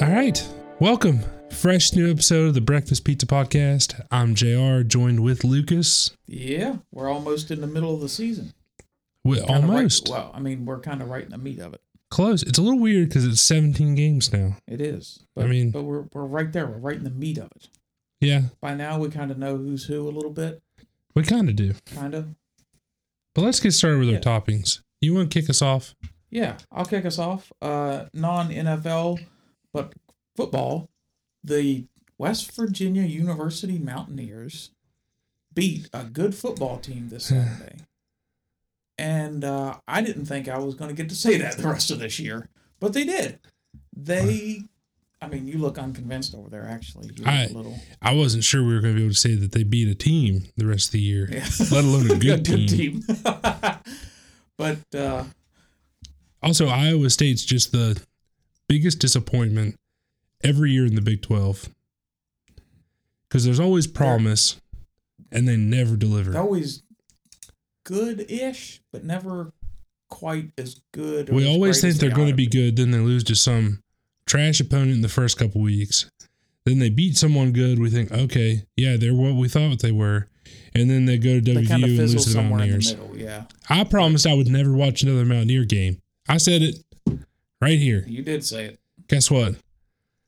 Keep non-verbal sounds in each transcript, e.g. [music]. right. Welcome. Fresh new episode of the Breakfast Pizza Podcast. I'm JR, joined with Lucas. Yeah, we're almost in the middle of the season. We, Kinda right- almost well, I mean, we're kind of right in the meat of it. close. It's a little weird because it's 17 games now. It is. I But, mean- but we're we're right there. We're right in the meat of it. Yeah, By now, we kind of know who's who a little bit, we kind of do. kind of. But let's get started with our Yeah. toppings. You want to kick us off? Yeah, I'll kick us off. Uh, non NFL, but football. The West Virginia University Mountaineers beat a good football team [laughs] this Saturday, and uh, I didn't think I was going to get to say that the rest of this year, but they did. They, I mean, you look unconvinced over there. Actually, you look I- a [laughs] little. I wasn't sure we were going to be able to say that they beat a team the rest of the year, Yeah. let alone [laughs] a good, team. team. but uh, Also, Iowa State's just the biggest disappointment every year in the Big 12 because there's always promise and they never deliver. They're always good ish, but never quite as good. or we as always great think as they're they going ought to be good, then they lose to some trash opponent in the first couple weeks. Then they beat someone good. We think, okay, yeah, they're what we thought they were. And then they go to They WVU kind of and fizzle lose to the somewhere in the Mountaineers. middle. Yeah, I promised I would never watch another Mountaineer game. I said it right here. you did say it. Guess what?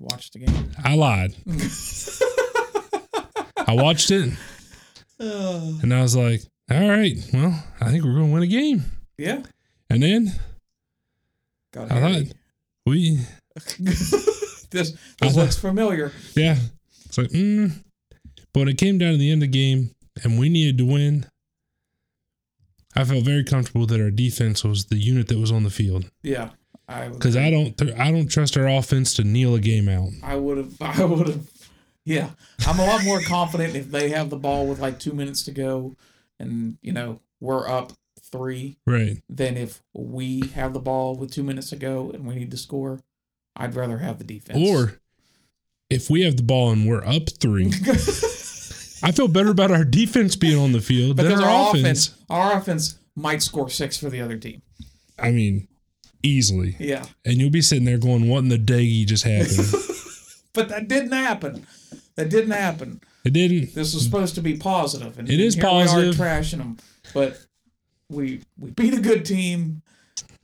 Watch the game. I lied. I watched it Uh, and I was like, all right, well, I think we're going to win a game. [laughs] yeah, And then got I Harry. [laughs] thought we, this this I thought- looks familiar. yeah. It's like, mm. But when it came down to the end of the game and we needed to win, I felt very comfortable that our defense was the unit that was on the field Yeah, I because I don't, th- I don't trust our offense to kneel a game out. I would have. [laughs] I would have. Yeah, I'm a lot more confident if they have the ball with like two minutes to go, and you know we're up three Right. than if we have the ball with two minutes to go and we need to score. I'd rather have the defense. Or if we have the ball and we're up [laughs] three, I feel better about our defense being on the field than because our, offense. our offense might score six for the other team. I mean, easily. Yeah, And you'll be sitting there going, "What in the day just [laughs] happened?" but that didn't happen. That didn't happen. it didn't. This was supposed to be positive, and It is and here positive. We are trashing them, but we we beat a good team,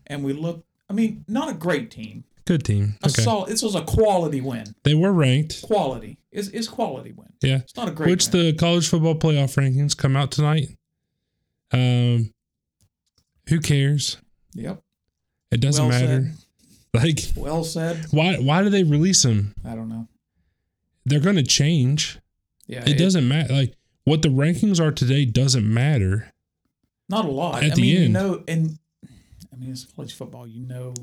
and we look. I mean, not a great team. Good team. A Okay, solid. This was a quality win. they were ranked. Quality is is quality win. Yeah. It's not a great. Which win. the college football playoff rankings come out tonight. Um, who cares? yep. It doesn't Well matter. [laughs] Like, Well said. why? Why do they release them? I don't know. They're going to change. Yeah, It doesn't matter. Like what the rankings are today doesn't matter. Not a lot. At I the mean, you end. know, and I mean, it's college football. You know,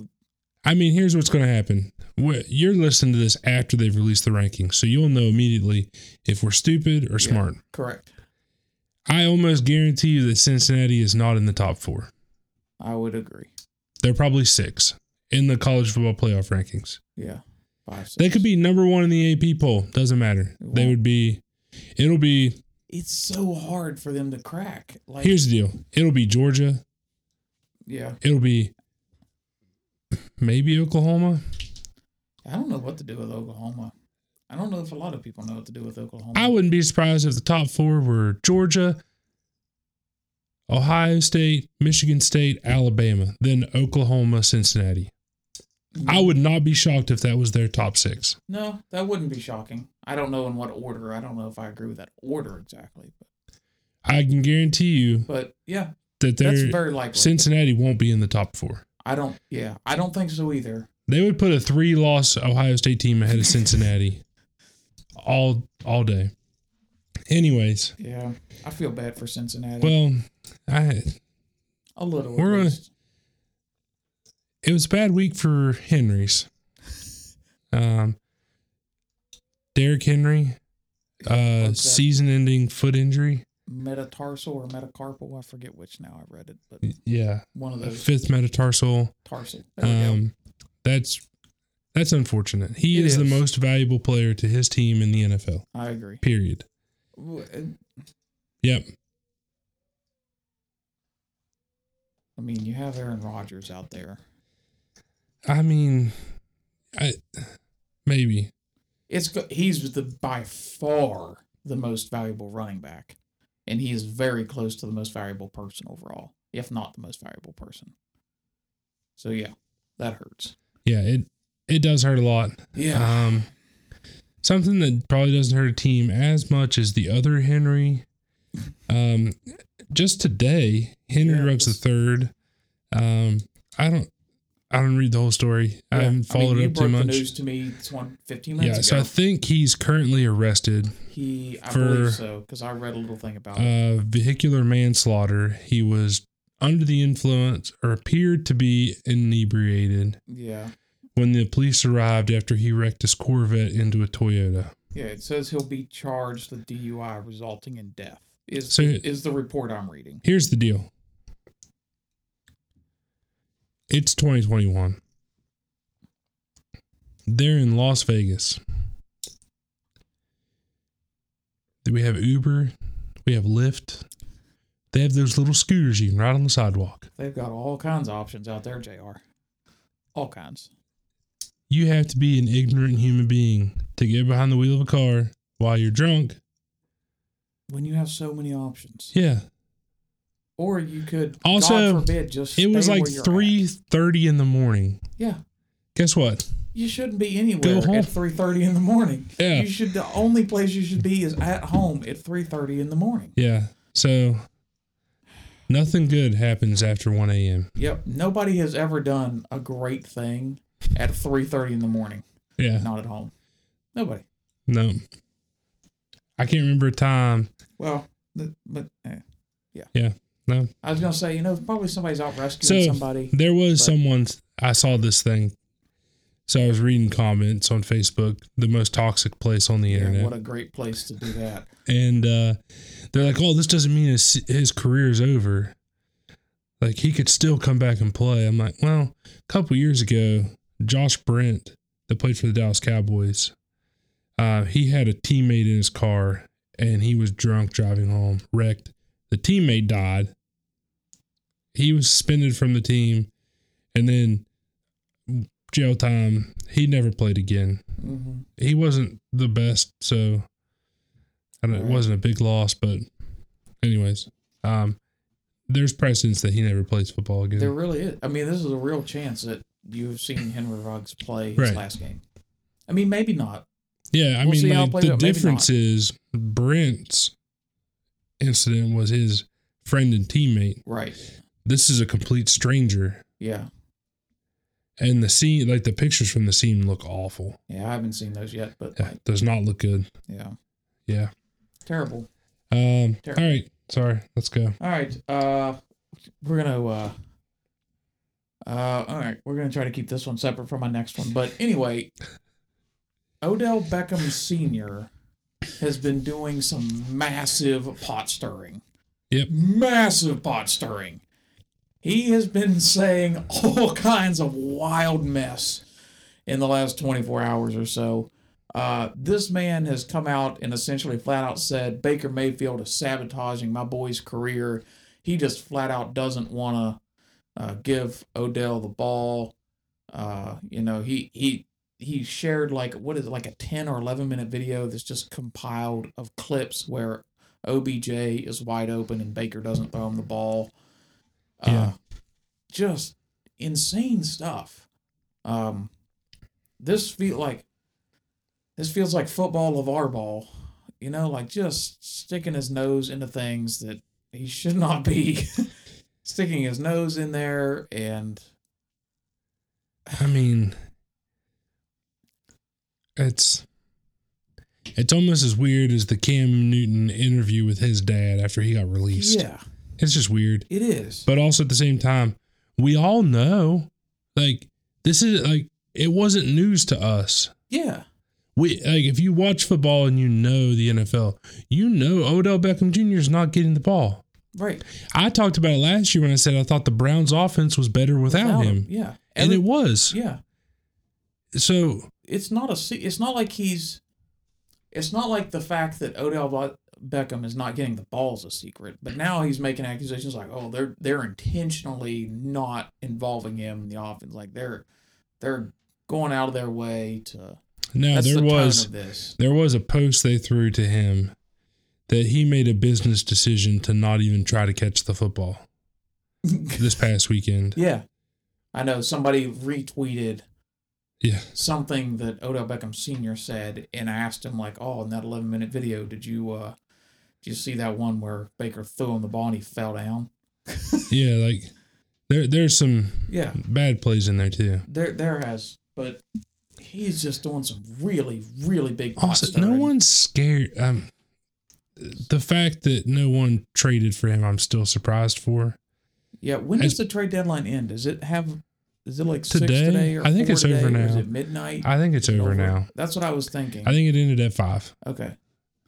I mean, here's what's going to happen. Wh- You're listening to this after they've released the rankings, so you'll know immediately if we're stupid or Yeah. smart. correct. I almost guarantee you that Cincinnati is not in the top four. I would agree. They're probably six in the college football playoff rankings. Yeah, five. Six. They could be number one in the AP poll. Doesn't matter. They They won't. would be. It'll be. It's so hard for them to crack. Like, Here's the deal. It'll be Georgia. yeah. It'll be maybe Oklahoma. I don't know what to do with Oklahoma. I don't know if a lot of people know what to do with Oklahoma. I wouldn't be surprised if the top four were Georgia, Ohio State, Michigan State, Alabama, then Oklahoma, Cincinnati. I would not be shocked if that was their top six. no, that wouldn't be shocking. I don't know in what order. I don't know if I agree with that order exactly, but, I can guarantee you but yeah, that that's their very likely. Cincinnati won't be in the top four. I don't. Yeah, I don't think so either. They would put a three loss Ohio State team ahead of Cincinnati all all day. Anyways, Yeah, I feel bad for Cincinnati. well, I a little. we're at gonna- least. it was a bad week for Henry's. Um, Derrick Henry, uh, that? season-ending foot injury. metatarsal or metacarpal. I forget which now. I read it, but Yeah, one of a those Mm. fifth metatarsal. tarsal. There we go. Um, that's that's unfortunate. He It is the is. most valuable player to his team in the NFL. I agree. Period. W- and- Yep. I mean, you have Aaron Rodgers out there. I mean, I, Maybe. It's go- he's the by far the most valuable running back, and he is very close to the most valuable person overall, if not the most valuable person. So yeah, that hurts. Yeah, it it does hurt a lot. Um, something that probably doesn't hurt a team as much as the other Henry. Um, just today, Henry Yeah, Ruggs the this- third. Um, I don't, I don't read the whole story. I Yeah, haven't followed you it up too broke much. The news to me it's one- 15 Yeah, minutes so I ago. think he's currently arrested. he, I for- believe so, because I read a little thing about it. Uh, vehicular manslaughter. He was under the influence or appeared to be inebriated Yeah, when the police arrived after he wrecked his Corvette into a Toyota. yeah. It says he'll be charged with DUI resulting in death. Is So- is the report I'm reading? Here's the deal. It's 2021. They're in Las Vegas. We have Uber, we have Lyft. They have those little scooters you can ride on the sidewalk. They've got all kinds of options out there, Jr. All kinds. You have to be an ignorant human being to get behind the wheel of a car while you're drunk. When you have so many options, Yeah, or you could Also, God forbid, just it was stay like where you're at. 3:30 in the morning. Yeah, Guess what? you shouldn't be anywhere home. at three thirty in the morning. Yeah. you should. The only place you should be is at home at three thirty in the morning. Yeah. So nothing good happens after 1 a.m. Yep. Nobody has ever done a great thing at three thirty in the morning, Yeah. not at home. Nobody. No. I can't remember a time. Well, th- but eh. yeah, Yeah, no. I was gonna say, you know, probably somebody's out rescuing So- somebody. There was But- someone, I saw this thing. So I was reading comments on Facebook, the most toxic place on the Yeah, internet. what a great place to do that. and uh, they're like, "Oh, this doesn't mean his his career's over. Like he could still come back and play." I'm like, "Well, a couple years ago, Josh Brent, that played for the Dallas Cowboys, uh, he had a teammate in his car, and he was drunk driving home, wrecked. The teammate died. He was suspended from the team, and then jail time. He never played again." hmm he wasn't the best, so I don't, it Right. wasn't a big loss. But, anyways, um, there's precedence that he never plays football again. There really is. I mean, this is a real chance that you've seen Henry Ruggs play his Right. last game. I mean, maybe not. yeah, I we'll see mean, how it like, plays the out. Maybe difference is Brent's incident was his friend and teammate. Right. This is a complete stranger, Yeah. and the scene, like the pictures from the scene, look awful. Yeah. I haven't seen those yet, but Yeah, like, does not look good. yeah, Yeah. terrible. Um. Terrible. All right. Sorry. Let's go. All right. Uh, we're gonna. Uh, uh, all right. We're gonna try to keep this one separate from my next one. But anyway, Odell Beckham Sr. has been doing some massive pot stirring. Yep. Massive pot stirring. He has been saying all [laughs] kinds of wild mess in the last 24 hours or so. Uh, this man has come out and essentially flat out said Baker Mayfield is sabotaging my boy's career. He just flat out doesn't want to uh, give Odell the ball. Uh, you know, he he he shared like what is it like a 10 or 11 minute video that's just compiled of clips where OBJ is wide open and Baker doesn't throw him the ball. Uh, Yeah. just insane stuff. Um, this feel like this feels like football of our ball, you know, like just sticking his nose into things that he should not be [laughs] sticking his nose in there. And I mean, it's it's almost as weird as the Cam Newton interview with his dad after he got released. yeah, It's just weird, it is. but also at the same time, we all know like this is like it wasn't news to us. yeah, We like if you watch football and you know the NFL, you know Odell Beckham Jr. is not getting the ball. right. I talked about it last year when I said I thought the Browns' offense was better without, him, Yeah. and Every- it was. yeah. So it's not a se- it's not like he's it's not like the fact that Odell Bo- Beckham is not getting the balls a secret, but now he's making accusations like, oh, they're they're intentionally not involving him in the offense, like they're they're going out of their way to Now That's there the tone was of this. [laughs] there was a post they threw to him that he made a business decision to not even try to catch the football this past [laughs] weekend. yeah, I know somebody retweeted Yeah. something that Odell Beckham Sr. said, and I asked him like, "Oh, in that 11 minute video, did you uh, did you see that one where Baker threw him the ball and he fell down?" Yeah, like there there's some Yeah, bad plays in there too. there there has, but he's just doing some really really big. pot Also, Oh, no stirring. one's scared. Um, the fact that no one traded for him, I'm still surprised for. Yeah, when As- does the trade deadline end? Does it have? Is it like Today? six today or I think four it's over today, Or is now. it midnight? I think it's Is it over now. That's what I was thinking. I think it ended at five. okay.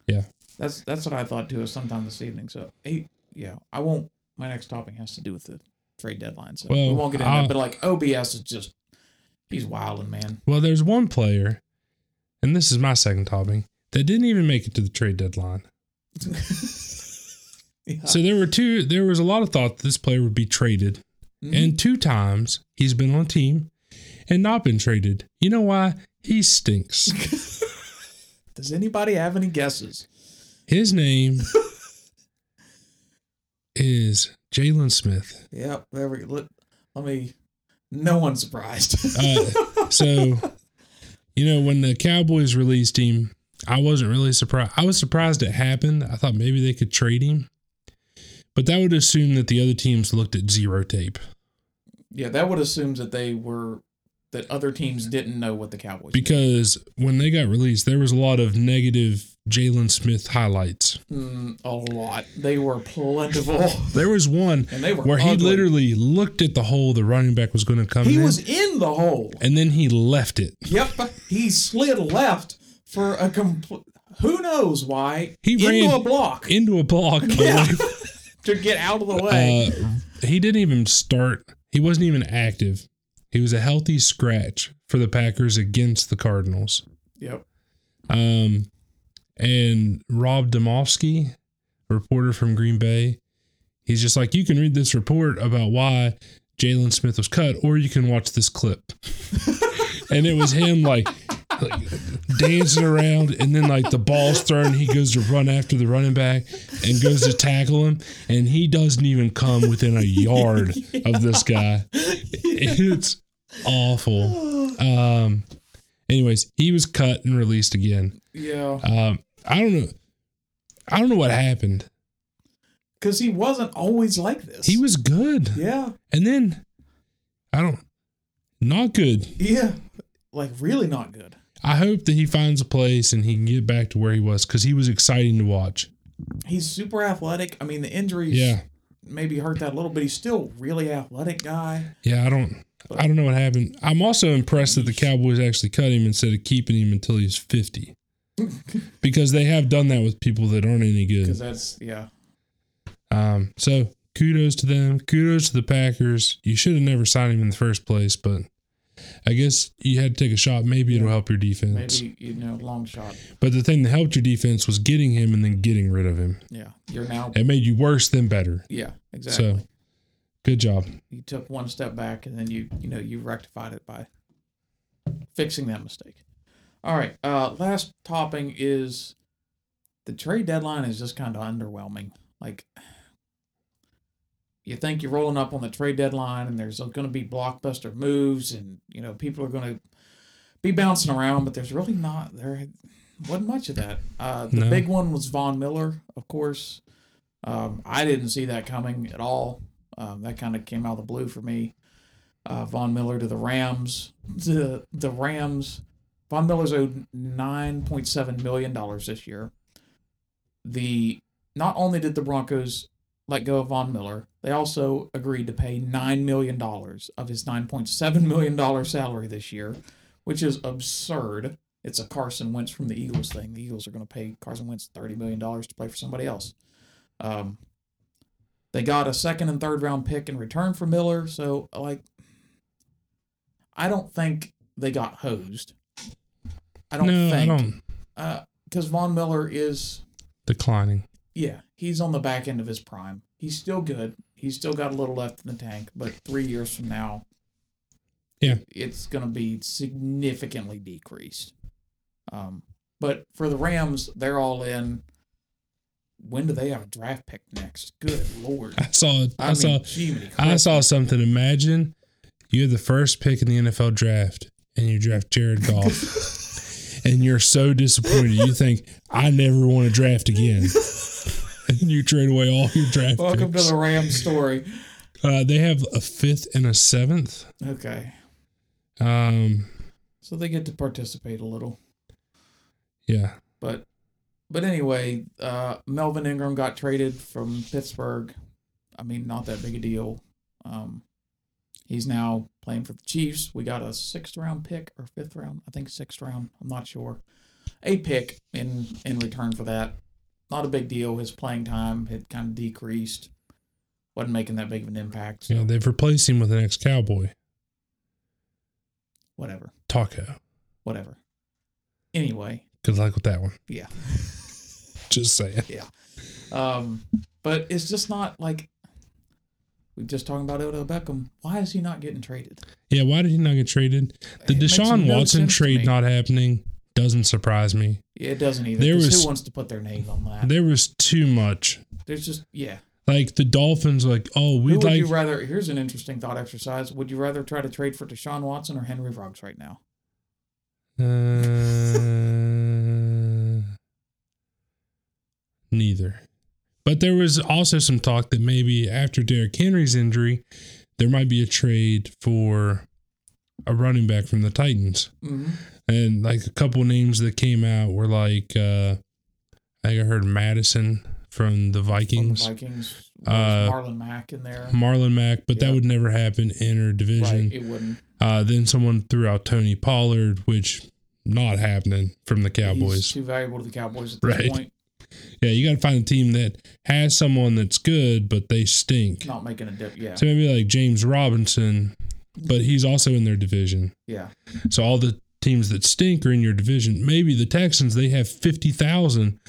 Yeah. That's that's what I thought too. Sometime this evening. So eight. Yeah, I won't. My next topic has to do with the trade deadline. So we Well, uh, won't get into I'll- it. But like OBS is just he's wilding, man. [laughs] Well, there's one player, and this is my second topping, that didn't even make it to the trade deadline. Yeah. So there were two. There was a lot of thought that this player would be traded, Mhm. and two times he's been on a team and not been traded. You know why? He stinks. does anybody have any guesses? His name is Jalen Smith. Yep. There we let, let me. No one's surprised. [laughs] Uh, So, you know, when the Cowboys released him, I wasn't really surprised. I was surprised it happened. I thought maybe they could trade him, but that would assume that the other teams looked at zero tape yeah, that would assume that they were that other teams didn't know what the Cowboys. did. because when they got released, there was a lot of negative Jalen Smith highlights. Mm, a lot. They were plentiful, There was one and they were where he ugly. literally looked at the hole the running back was going to come he in, was in the hole. and then he left it. Yep, he slid left for a complete. Who knows why? He into ran- a block [laughs] into a block. Yeah. away [laughs] to get out of the way. Uh, he didn't even start. He wasn't even active. He was a healthy scratch for the Packers against the Cardinals. yep. Um, and Rob Domofsky, a reporter from Green Bay, he's just like, you can read this report about why Jalen Smith was cut, or you can watch this clip. and it was him like, like dancing around, and then like the ball's thrown, he goes to run after the running back and goes to tackle him, and he doesn't even come within a yard of this guy. It's awful. Um, anyways, he was cut and released again. [laughs] Yeah, Um, I don't know. I don't know what happened. because he wasn't always like this. He was good, Yeah, and then I don't. Not good. yeah, like really not good. I hope that he finds a place and he can get back to where he was because he was exciting to watch. He's super athletic. I mean, the injuries Yeah, maybe hurt that a little, but he's still really athletic guy. yeah. I don't. I don't know what happened. I'm also impressed that the Cowboys actually cut him instead of keeping him until he's 50, because they have done that with people that aren't any good. Because that's yeah. Um, so kudos to them. Kudos to the Packers. You should have never signed him in the first place, but I guess you had to take a shot. Maybe it'll help your defense. Maybe you know, long shot. But the thing that helped your defense was getting him and then getting rid of him. Yeah, you're now. It made you worse than better. Yeah, exactly. So good job. you took one step back and then you you know you rectified it by fixing that mistake all right uh last topping is the trade deadline is just kind of underwhelming like you think you're rolling up on the trade deadline and there's going to be blockbuster moves and you know people are going to be bouncing around but there's really not there wasn't much of that uh the No. big one was Von Miller of course um I didn't see that coming at all um, that kind of came out of the blue for me. Uh, Von Miller to the Rams. The the Rams. Von Miller's owed nine point seven million dollars this year. The not only did the Broncos let go of Von Miller, they also agreed to pay nine million dollars of his nine point seven million dollar salary this year, which is absurd. It's a Carson Wentz from the Eagles thing. The Eagles are going to pay Carson Wentz thirty million dollars to play for somebody else. Um, they got a second and third round pick in return for Miller. So, like, I don't think they got hosed. I don't no, I think. don't. Because Von Miller is, Declining. yeah, he's on the back end of his prime. He's still good. He's still got a little left in the tank, but three years from now, Yeah. it's going to be significantly decreased. Um, but for the Rams, they're all in. When do they have a draft pick next? Good lord! I saw. I, I, mean, saw. Jiminy I Christ. saw something. Imagine you're the first pick in the NFL draft, and you draft Jared Goff, [laughs] and you're so disappointed. You think I never want to draft again, [laughs] and you trade away all your draft Welcome to picks. the Rams story. uh, they have a fifth and a seventh. Okay, Um, so they get to participate a little, yeah, but but anyway, uh, Melvin Ingram got traded from Pittsburgh. I mean, not that big a deal. Um, he's now playing for the Chiefs. We got a sixth round pick or fifth round, I think sixth round. I'm not sure. A pick in in return for that. Not a big deal. His playing time had kind of decreased. wasn't making that big of an impact. So yeah. They've replaced him with an ex-cowboy, whatever, Taco. whatever. Anyway, Good luck with that one. yeah. [laughs] Just saying. Um, but it's just not like we just talking about Odell Beckham. Why is he not getting traded? Yeah, why did he not get traded? The It makes Deshaun no Watson sense to trade me. not happening doesn't surprise me. It doesn't either. There 'cause was- who wants to put their name on that? There was too much. There's just yeah. Like the Dolphins, like oh Who we'd would like you rather? Here's an interesting thought exercise. Would you rather try to trade for Deshaun Watson or Henry Ruggs right now? Uh, neither. But there was also some talk that maybe after Derrick Henry's injury, there might be a trade for a running back from the Titans. Mm-hmm. And like a couple names that came out were like uh I think I heard Madison from the From the Vikings, Vikings. There's Uh, Marlon Mack in there. Marlon Mack, but that Yeah. would never happen in our division. Right. It wouldn't. Uh, then someone threw out Tony Pollard, which not happening from the He's Cowboys. too valuable to the Cowboys at this Right. point. Yeah, you got to find a team that has someone that's good, but they stink. Not making a dip. Yeah. So maybe like James Robinson, but he's also in their division. Yeah. So all the teams that stink are in your division. Maybe the Texans they have fifty thousand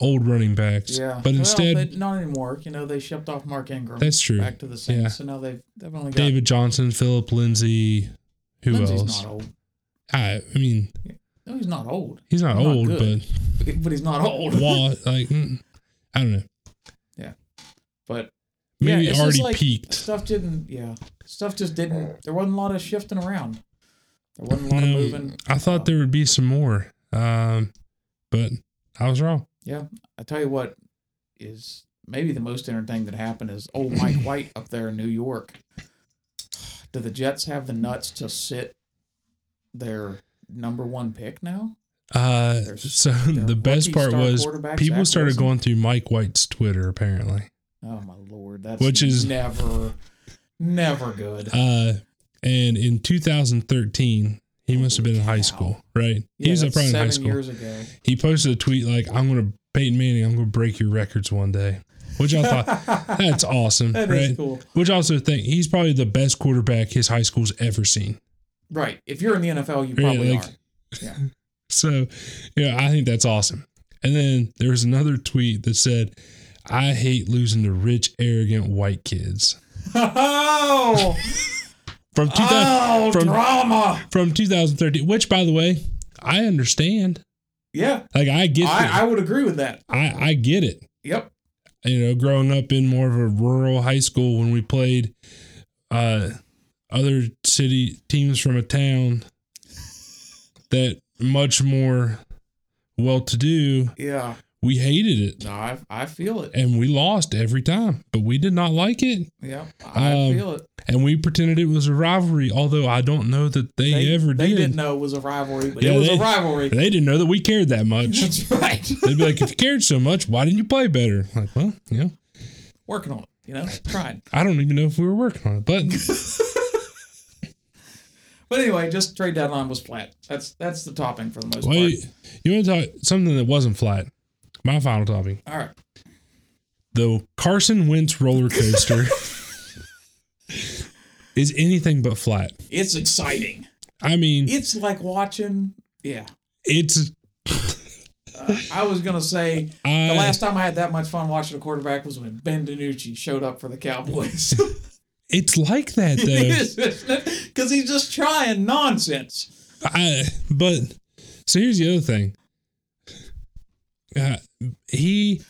old running backs, Yeah. but Well, instead but not anymore. You know, they shipped off Mark Ingram. that's true. back to the Saints. Yeah. So now they've they've only got David Johnson, Philip Lindsay, who Lindsey's else? not old. I, I mean, No, he's not old, [laughs] he's not, Not old, good. but he's not but old. Wall, like mm, I don't know. But yeah, Maybe it's just already like peaked. Stuff didn't. Yeah, stuff just didn't. There wasn't a lot of shifting around. There wasn't a lot No, of moving. Hmm. I thought there would be some more, um, but I was wrong. Yeah, I tell you what is maybe the most entertaining that happened is old [laughs] Mike White up there in New York. Do the Jets have the nuts to sit their number one pick now? Uh, There's- so [laughs] Their the best rookie part star was quarterback, people Zach started Wilson? going through Mike White's Twitter apparently, Oh my lord, that's Which is- never, never good. uh, and in 2013 he must have been in high Wow. school, right? Yeah, he was that's probably in high seven school. years ago. He posted a tweet like, "I'm gonna Peyton Manning, I'm gonna break your records one day," which I [laughs] thought that's awesome, That right? is cool. Which I also think he's probably the best quarterback his high school's ever seen. Right. If you're in the NFL, you Yeah, probably like- are. So, yeah, I think that's awesome. And then there was another tweet that said, I hate losing to rich, arrogant white kids. [laughs] Oh, From, 2000, oh from- drama. from 2013, which, by the way, I understand. Yeah, Like, I get I, I I, would agree with that. I, I get it. Yep. You know, growing up in more of a rural high school when we played uh, other city teams from a town that much more well to do, Yeah. we hated it. No, I, I feel it. and we lost every time, but we did not like it. Yep. I Um, feel it. And we pretended it was a rivalry, although I don't know that they, ever they did. didn't know it was a rivalry, but Yeah, it was they- a rivalry. They didn't know that we cared that much. [laughs] That's right. They'd be like, if you cared so much, why didn't you play better? Like, well, yeah, Working on it, you know, trying. I don't even know if we were working on it, but But anyway, just trade deadline was flat. That's that's the topping for the most wait, you want to talk something that wasn't flat? My final topic part. All right. the Carson Wentz roller coaster is anything but flat. It's exciting. I mean, It's like watching. Yeah. it's Uh, I was gonna say I, The last time I had that much fun watching a quarterback was when Ben DiNucci showed up for the [laughs] Cowboys. [laughs] it's like that though. Because he's just trying nonsense. I but So here's the other thing. Uh, he,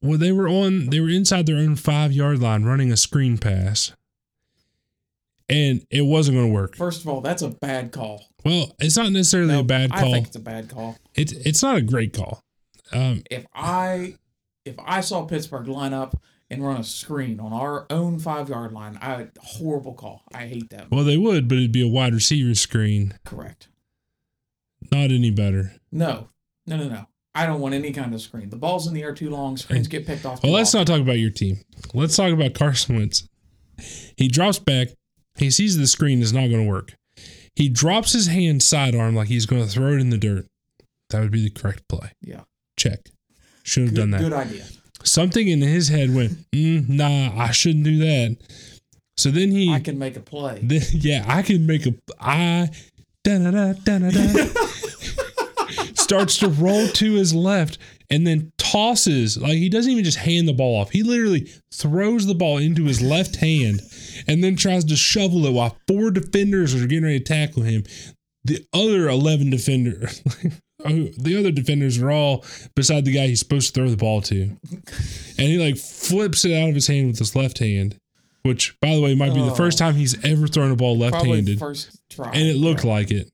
well, they were on, they were inside their own five yard line running a screen pass, and it wasn't going to work. First of all, that's a bad call. Well, it's not necessarily a No, bad I call. think it's a bad call. It, it's not a great call. Um, If I if I saw Pittsburgh line up and run a screen on our own five yard line, I horrible call. I hate that. well, they would, but it'd be a wide receiver screen. Correct. Not any better. No, no, no, no. I don't want any kind of screen. The ball's in the air too long. Screens get picked off. Too Well, let's often. not talk about your team. Let's talk about Carson Wentz. He drops back. He sees the screen is not going to work. He drops his hand sidearm like he's going to throw it in the dirt. That would be the correct play. Yeah. Check. Should have Good, done that. good idea. Something in his head went, mm, nah, I shouldn't do that. So then he, I can make a play. then- yeah, I can make a, I, da-da-da, [laughs] da-da-da, starts to roll to his left and then tosses. Like he doesn't even just hand the ball off. He literally throws the ball into his left hand and then tries to shovel it while four defenders are getting ready to tackle him. The other 11 defender, [laughs] oh, the other defenders are all beside the guy he's supposed to throw the ball to. And he like flips it out of his hand with his left hand, which by the way might be the Oh. first time he's ever thrown a ball left Probably handed first try. and it looked Right. like it.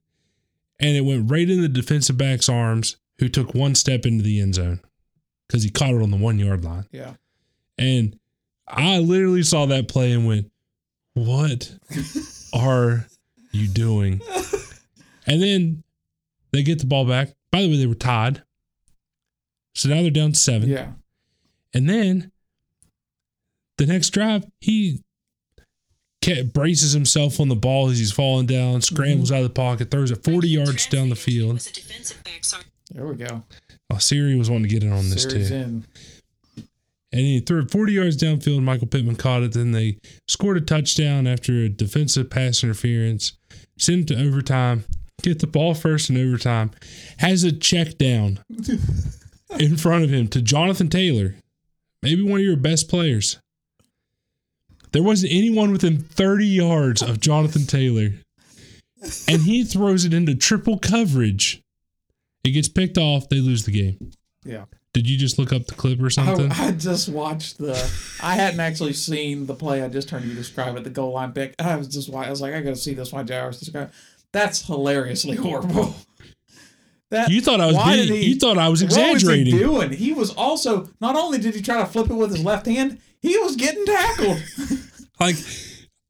And it went right in the defensive back's arms, who took one step into the end zone because he caught it on the one yard line. yeah. And I literally saw that play and went, What are you doing? And then they get the ball back. By the way, they were tied. So now they're down seven. Yeah. And then the next drive, he ca- braces himself on the ball as he's falling down, scrambles out of the pocket, throws it 40 yards down the field. There we go. Oh, Siri was wanting to get in on this Series too. in. And he threw it 40 yards downfield. Michael Pittman caught it. Then they scored a touchdown after a defensive pass interference, sent it to overtime, get the ball first in overtime, has a check down in front of him to Jonathan Taylor, maybe one of your best players. There wasn't anyone within 30 yards of Jonathan Taylor. And he throws it into triple coverage. It gets picked off. They lose the game. Yeah. Did you just look up the clip or something? I, I just watched the. I hadn't actually seen the play. I just heard you describe it, the goal line pick. I was just. wa- I was like, I gotta see this one. Jowers describe. That's hilariously horrible. [laughs] That You thought I was why did being, he- you thought I was exaggerating. What was he doing? He was also not only did he try to flip it with his left hand, he was getting tackled. [laughs] like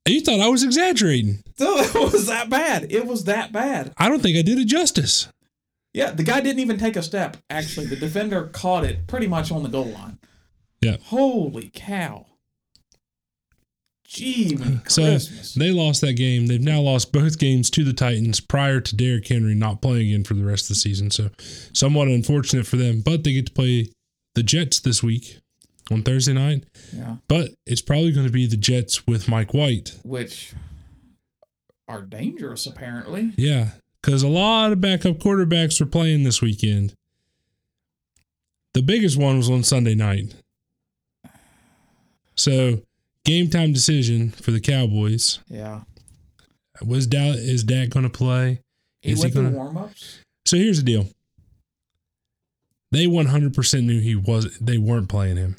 you thought I was exaggerating. so it was that bad. It was that bad. I don't think I did it justice. Yeah, the guy didn't even take a step. Actually, the defender caught it pretty much on the goal line. Yeah. Holy cow. Gee, [laughs] So Christmas. they lost that game. They've now lost both games to the Titans prior to Derrick Henry not playing again for the rest of the season. So somewhat unfortunate for them, but they get to play the Jets this week on Thursday night. yeah, But it's probably going to be the Jets with Mike White. which are dangerous apparently. Yeah, because a lot of backup quarterbacks were playing this weekend. The biggest one was on Sunday night. So, game time decision for the Cowboys Yeah. was Dal- is Dak going to play? He Is he went through gonna- warm-ups. So here's the deal. They 100% knew he was they weren't playing him.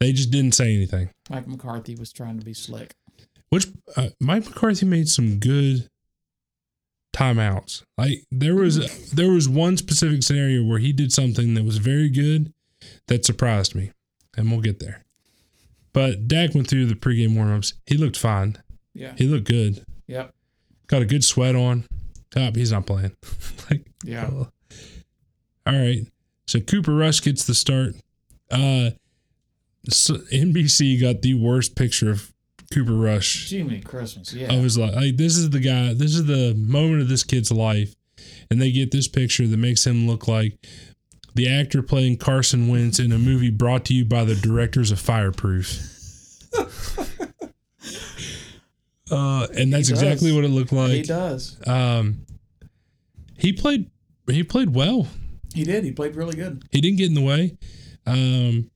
They just didn't say anything. Mike McCarthy was trying to be slick. Which uh, Mike McCarthy made some good timeouts. Like there was there was one specific scenario where he did something that was very good that surprised me, and we'll get there. But Dak went through the pregame warmups. He looked fine. Yeah. He looked good. Yep. Got a good sweat on. Top. he's not playing. like Yeah. [laughs] all right. So Cooper Rush gets the start. Uh, so NBC got the worst picture of Cooper Rush Jiminy Christmas. Yeah. of his life. Like this is the guy. This is the moment of this kid's life, and they get this picture that makes him look like the actor playing Carson Wentz in a movie brought to you by the directors of [laughs] Fireproof. uh, and that's He does. exactly what it looked he like. does. um, he played. He played well. He did. He played really good. He didn't get in the way. Um,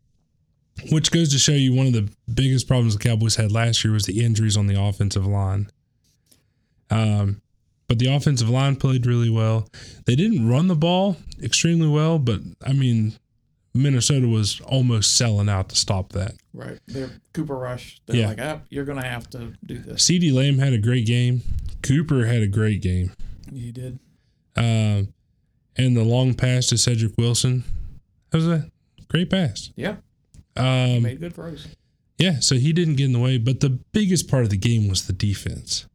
which goes to show you one of the biggest problems the Cowboys had last year was the injuries on the offensive line. Um, But the offensive line played really well. They didn't run the ball extremely well, but I mean, Minnesota was almost selling out to stop that. Right. They're Cooper Rush. They're Yeah. like, ah, you're going to have to do this. CD Lamb had a great game. Cooper had a great game. He did. Uh, and the long pass to Cedric Wilson. That was a great pass. Yeah. He Um, made good throws. yeah, so he didn't get in the way. But the biggest part of the game was the defense.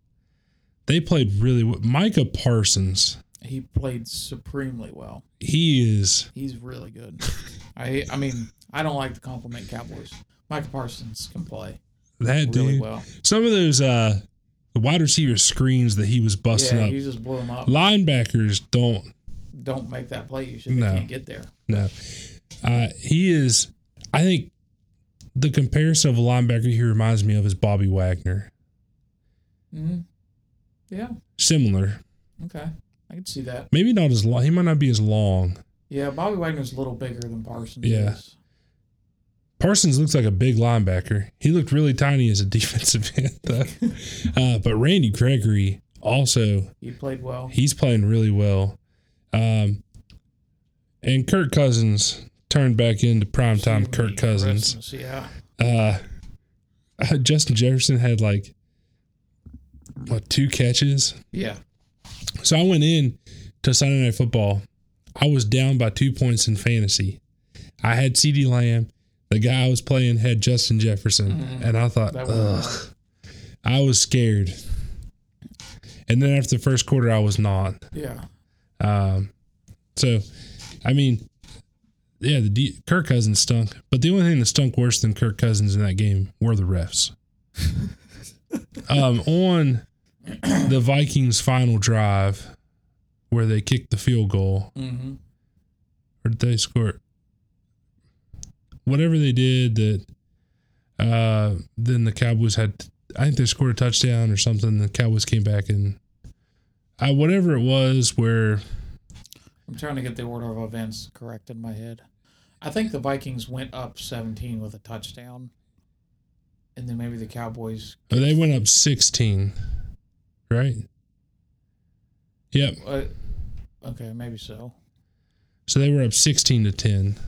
They played really well. Micah Parsons, He played supremely well. he is, He's really good. [laughs] I I mean, I don't like to compliment Cowboys. Michael Parsons can play that really dude. well. Some of those uh, the wide receiver screens that he was busting Yeah, up. you just blew him up. Linebackers don't Don't make that play. You should No. they can't get there. No. Uh, he is, I think the comparison of a linebacker he reminds me of is Bobby Wagner. hmm Yeah. Similar. Okay. I can see that. Maybe not as long. He might not be as long. Yeah. Bobby Wagner's a little bigger than Parsons. Yeah. is. Parsons looks like a big linebacker. He looked really tiny as a [laughs] defensive end, though. Uh, but Randy Gregory also, He played well. he's playing really well. Um, and Kirk Cousins turned back into primetime Kirk Jimmy Cousins. Christmas, Yeah. uh, [laughs] Justin Jefferson had like what two catches. Yeah. So I went in to Sunday Night Football. I was down by two points in fantasy. I had C.D. Lamb. The guy I was playing had Justin Jefferson, Mhm. and I thought, That would've ugh, I was scared. And then after the first quarter, I was not. Yeah. Um, so, I mean, yeah, the D- Kirk Cousins stunk, but the only thing that stunk worse than Kirk Cousins in that game were the refs. um, on the Vikings' final drive, where they kicked the field goal, Mm-hmm. or did they score? Whatever they did, that uh, then the Cowboys had. I think they scored a touchdown or something. The Cowboys came back and, I whatever it was, where I'm trying to get the order of events correct in my head. I think the Vikings went up 17 with a touchdown, and then maybe the Cowboys. Oh, they went up 16, right? Yep. Uh, okay, maybe so. So they were up 16 to 10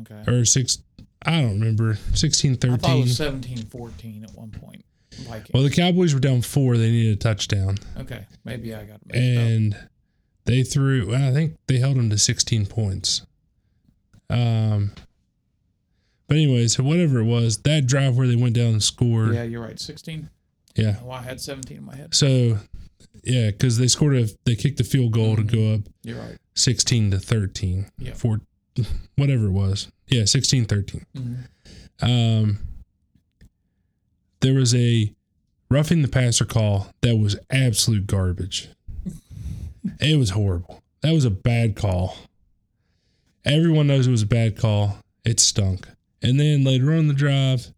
Okay. or 6 I don't remember. 16 I thought it 13. was 17 14 at one point. Vikings. Well, the Cowboys were down 4, they needed a touchdown. okay, maybe I got mixed up. And they threw well, I think they held them to 16 points. Um but anyways, whatever it was, that drive where they went down and scored. Yeah, you're right. 16. yeah. Oh, I had 17 in my head. So yeah, cuz they scored a they kicked the field goal Mhm. to go up You're right. 16 to 13 Yeah. four [laughs] whatever it was yeah 16 13 Mhm. um there was a roughing the passer call that was absolute garbage it was horrible that was a bad call everyone knows it was a bad call it stunk and then later on in the drive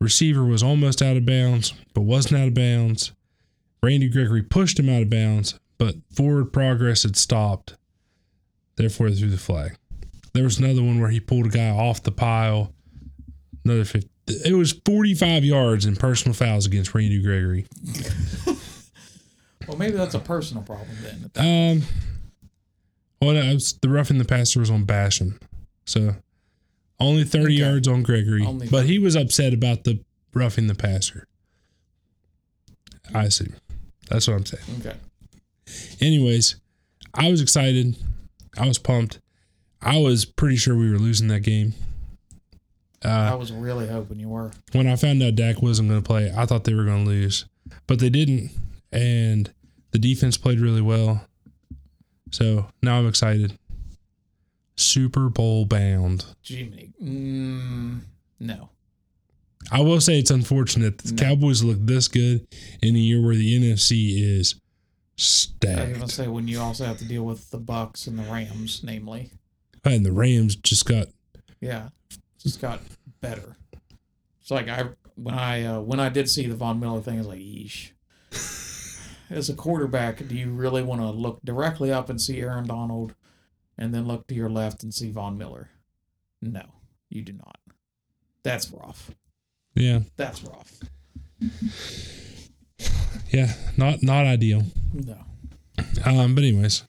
receiver was almost out of bounds but wasn't out of bounds randy gregory pushed him out of bounds but forward progress had stopped therefore they threw the flag there was another one where he pulled a guy off the pile another 50. It was 45 yards in personal fouls against Randy Gregory. Well, maybe that's a personal problem then. Um, well, no, it was the roughing the passer was on Basham, so only 30 Okay. yards on Gregory, Only but he was upset about the roughing the passer. I see. That's what I'm saying. Okay. Anyways, I was excited. I was pumped. I was pretty sure we were losing that game. Uh, I was really hoping you were. when I found out Dak wasn't going to play, I thought they were going to lose, but they didn't. And the defense played really well. So now I'm excited. Super Bowl bound. Jimmy. Mm, no. I will say it's unfortunate that the No. Cowboys look this good in a year where the NFC is I was gonna stacked. say when you also have to deal with the Bucks and the Rams, namely. And the Rams just got, Yeah, just got better. It's like I when I uh, when I did see the Von Miller thing, I was like, "Yeesh." As a quarterback, do you really want to look directly up and see Aaron Donald, and then look to your left and see Von Miller? No, you do not. That's rough. yeah. That's rough. Yeah, not not ideal. No. Um, but anyways,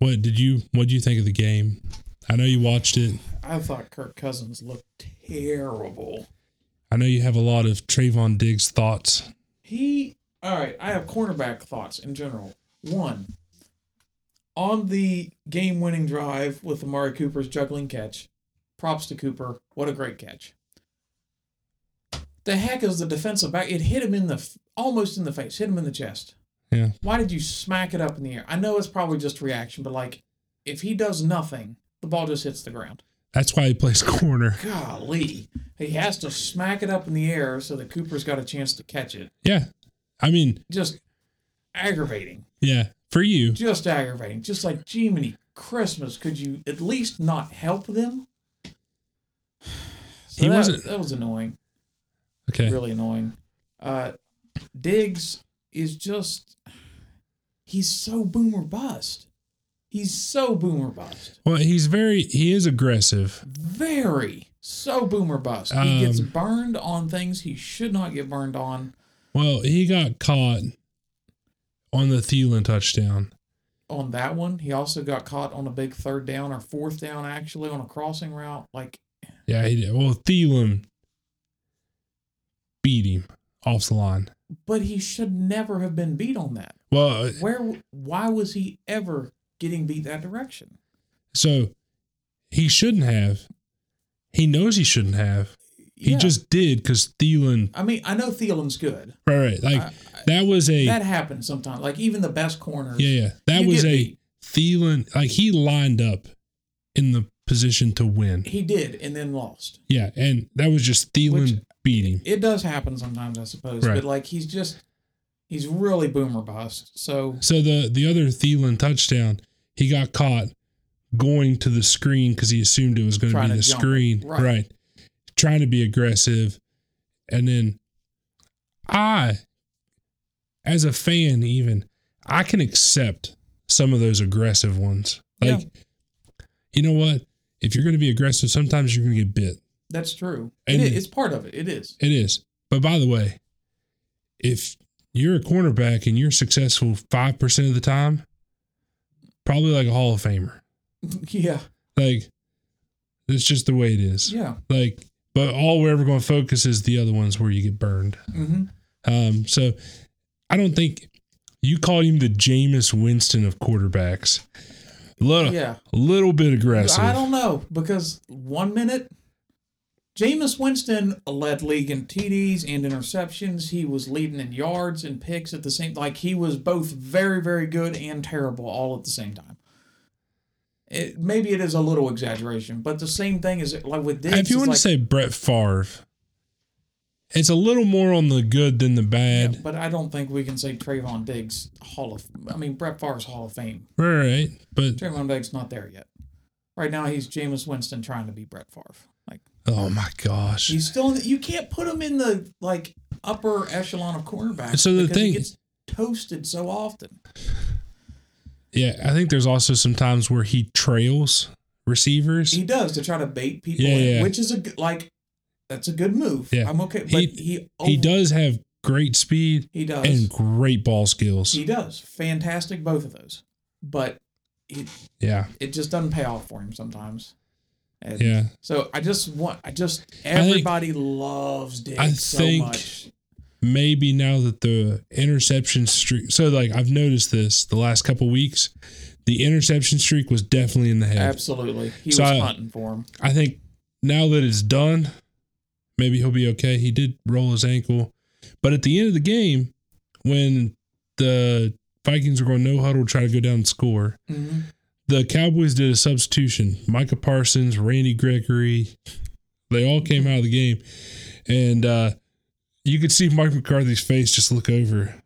what did you what do you think of the game? I know you watched it. I thought Kirk Cousins looked terrible. I know you have a lot of Trayvon Diggs thoughts. He, all right, I have cornerback thoughts in general. One, on the game winning drive with Amari Cooper's juggling catch, props to Cooper. What a great catch. The heck is the defensive back? It hit him in the, f- almost in the face, hit him in the chest. Yeah. Why did you smack it up in the air? I know it's probably just reaction, but like, if he does nothing, the ball just hits the ground. That's why he plays [laughs] corner. Golly. He has to smack it up in the air so that Cooper's got a chance to catch it. Yeah. I mean, Just aggravating. yeah, for you. Just aggravating. Just like Jiminy Christmas. Could you at least not help them? [sighs] So He that, wasn't- that was annoying. Okay. Really annoying. Uh Diggs is just he's so boomer bust. He's so boomer bust. Well, he's very he is aggressive. Very so boomer bust. He gets Um, burned on things he should not get burned on. Well, he got caught on the Thielen touchdown. on that one. He also got caught on a big third down or fourth down, actually, on a crossing route. Like, Yeah, he did. Well, Thielen beat him off the line. but he should never have been beat on that. Well, Where, why was he ever getting beat that direction? so he shouldn't have. He knows he shouldn't have. He Yeah. just did because Thielen. I mean, I know Thielen's good. Right, right. Like I- that was a That happens sometimes. Like even the best corners. yeah, yeah. That you was get a beat. Thielen. Like he lined up in the position to win. He did, and then lost. Yeah, and that was just Thielen Which- beating. It does happen sometimes, I suppose. Right. But like, he's just, he's really boomer bust. So So the the other Thielen touchdown, he got caught going to the screen because he assumed it was going to be Trying to the jump it, screen, right. Trying to be aggressive, and then I, as a fan, even I can accept some of those aggressive ones. Like, you know what? If you're going to be aggressive, sometimes you're going to get bit. that's true. And- It is, it's part of it. It is. It is. But by the way, if you're a cornerback and you're successful 5% of the time, probably like a Hall of Famer. yeah. Like, that's just the way it is. Yeah. Like, but all we're ever going to focus is the other ones where you get burned. hmm Um, so I don't think you called him the Jameis Winston of quarterbacks. Little, Yeah. little bit aggressive. I don't know because one minute, Jameis Winston led league in TDs and interceptions. He was leading in yards and picks at the same. Like he was both very, very good and terrible all at the same time. It, maybe it is a little exaggeration, but the same thing is like with Diggs. if you it's want like- to say Brett Favre, it's a little more on the good than the bad. but I don't think we can say Trayvon Diggs Hall of. I mean, Brett Favre's Hall of Fame. Right, right. But Trayvon Diggs not there yet. Right now, he's Jameis Winston trying to be Brett Favre. Like. oh my gosh. He's still in. The, you can't put him in the like upper echelon of cornerbacks. So the because thing- he gets toasted so often. Yeah, I think there's also some times where he trails receivers. He does to try to bait people, Yeah, in, yeah. which is a good- like that's a good move. Yeah. I'm okay, but He- he he, He does have great speed he does and great ball skills. he does fantastic both of those, but it Yeah. it just doesn't pay off for him sometimes. And Yeah. So I just want I just think- everybody loves Diggs I so think- much. Maybe now that the interception streak so like I've noticed this the last couple weeks, the interception streak was definitely in the head. Absolutely, he So was I- hunting for him. I think now that it's done, maybe he'll be okay. He did roll his ankle. But at the end of the game, when the Vikings were going no huddle, try to go down and score, hmm the Cowboys did a substitution. Micah Parsons, Randy Gregory, they all came out of the game. And uh, you could see Mike McCarthy's face just look over.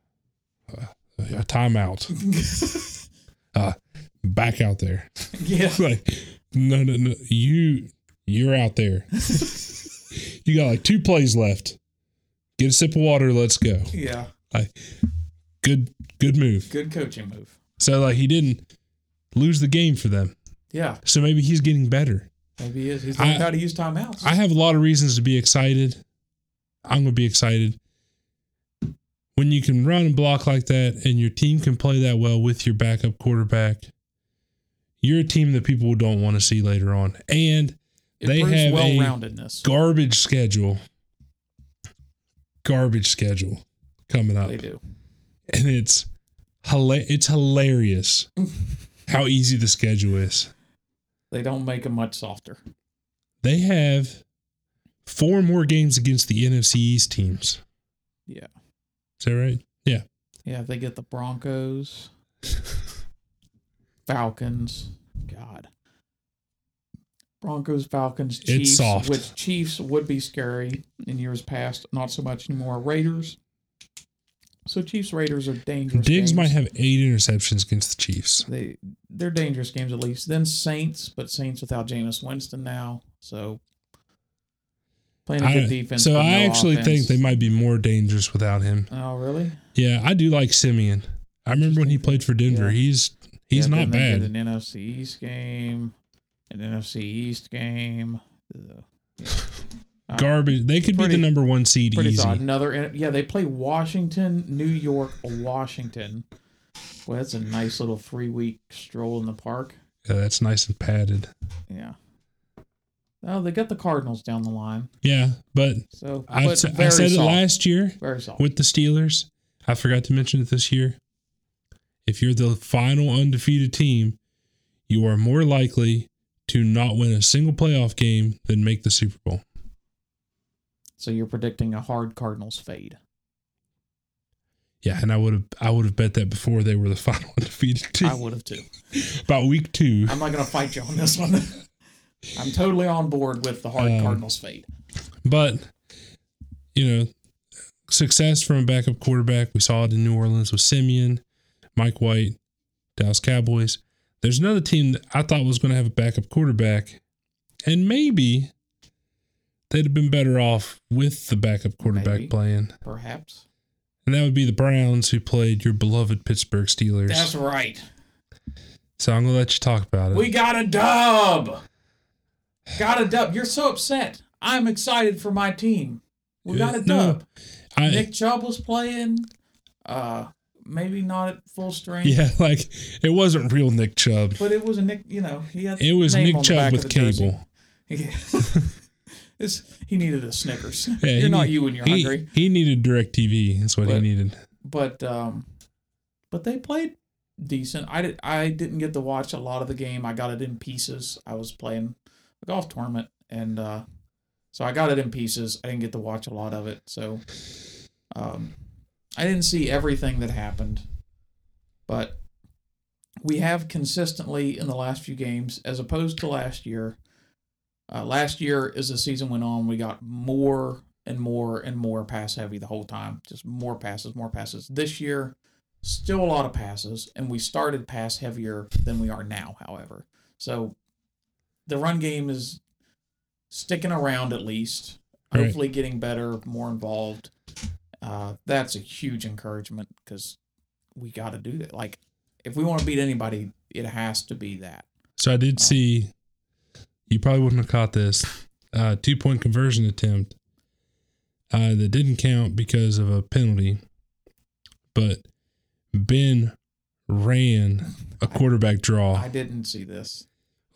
Uh, a timeout. uh, back out there. [laughs] Yeah, [laughs] like, no, no, no. You, you're out there. you got like two plays left. Get a sip of water. Let's go. yeah, Good, good move. good coaching move. So like he didn't lose the game for them. Yeah, So maybe he's getting better. maybe he is. He's I- learned how to use timeouts. I have a lot of reasons to be excited. I'm gonna be excited. when you can run and block like that and your team can play that well with your backup quarterback, you're a team that people don't want to see later on. And It They proves have a- well-roundedness. garbage schedule. Garbage schedule coming up. they do. And it's hila- it's [laughs] hilarious how easy the schedule is. They don't make them much softer. They have four more games against the NFC East teams. Yeah. Is that right? Yeah. Yeah, they get the [laughs] Broncos, Falcons. God. Broncos, Falcons, It's Chiefs, soft. which Chiefs would be scary in years past, not so much anymore. Raiders. So Chiefs Raiders are dangerous. Diggs games. might have eight interceptions against the Chiefs. they they're dangerous games at least. Then Saints, but Saints without Jameis Winston now, so playing a I- good defense. so but I no actually offense. think they might be more dangerous without him. Oh really? Yeah, I do like Simeon. I remember when he played for Denver. Yeah. He's he's Yeah, not then they bad. Get an NFC East game, an NFC East game. Ugh. Uh, Garbage. They could be Pretty- the number one seed Pretty easy. solid. Another yeah, they play Washington, New York, Washington. Well, that's a nice little three week stroll in the park. Yeah, that's nice and padded. Yeah. Oh, they got the Cardinals down the line. Yeah, but So I, but s- I very said it soft. last year Very soft. with the Steelers. I forgot to mention it this year. If you're the final undefeated team, you are more likely to not win a single playoff game than make the Super Bowl. So you're predicting a hard Cardinals fade. Yeah, and I would have I would have bet that before they were the [laughs] final undefeated team. I would have too. About week two. I'm not going to fight you on this one. [laughs] I'm totally on board with the hard Um, Cardinals fade. But you know, success from a backup quarterback. We saw it in New Orleans with Simeon, Mike White, Dallas Cowboys. There's another team that I thought was going to have a backup quarterback, and maybe they'd have been better off with the backup quarterback Maybe. playing. Perhaps And that would be the Browns who played your beloved Pittsburgh Steelers. that's right. so I'm gonna let you talk about it. We got a dub. Got a dub. You're so upset. I'm excited for my team. We got a No, dub. I, Nick Chubb was playing. Uh, maybe not at full [laughs] strength. Yeah, like it wasn't real Nick Chubb. But it was a Nick. You know, he had It was name on Nick the back Chubb of with the jersey. cable. [laughs] Yeah. [laughs] It's- he needed a Snickers. Yeah, You're he not need- you when you're he, hungry. He needed direct TV, is what he But- needed. But um, but they played decent. I did. I didn't get to watch a lot of the game. I got it in pieces. I was playing a golf tournament, and uh, so I got it in pieces. I didn't get to watch a lot of it. So um, I didn't see everything that happened, but we have consistently in the last few games, as opposed to last year. Uh, last year, as the season went on, we got more and more and more pass heavy the whole time. Just more passes, more passes. This year, still a lot of passes, and we started pass heavier than we are now, however. So the run game is sticking around at least, Right. hopefully getting better, more involved. Uh, that's a huge encouragement because we got to do that. Like, if we want to beat anybody, it has to be that. So I did Oh. see, you probably wouldn't have caught this, uh, two point conversion attempt uh, that didn't count because of a penalty. But Ben ran a quarterback draw. I didn't see this.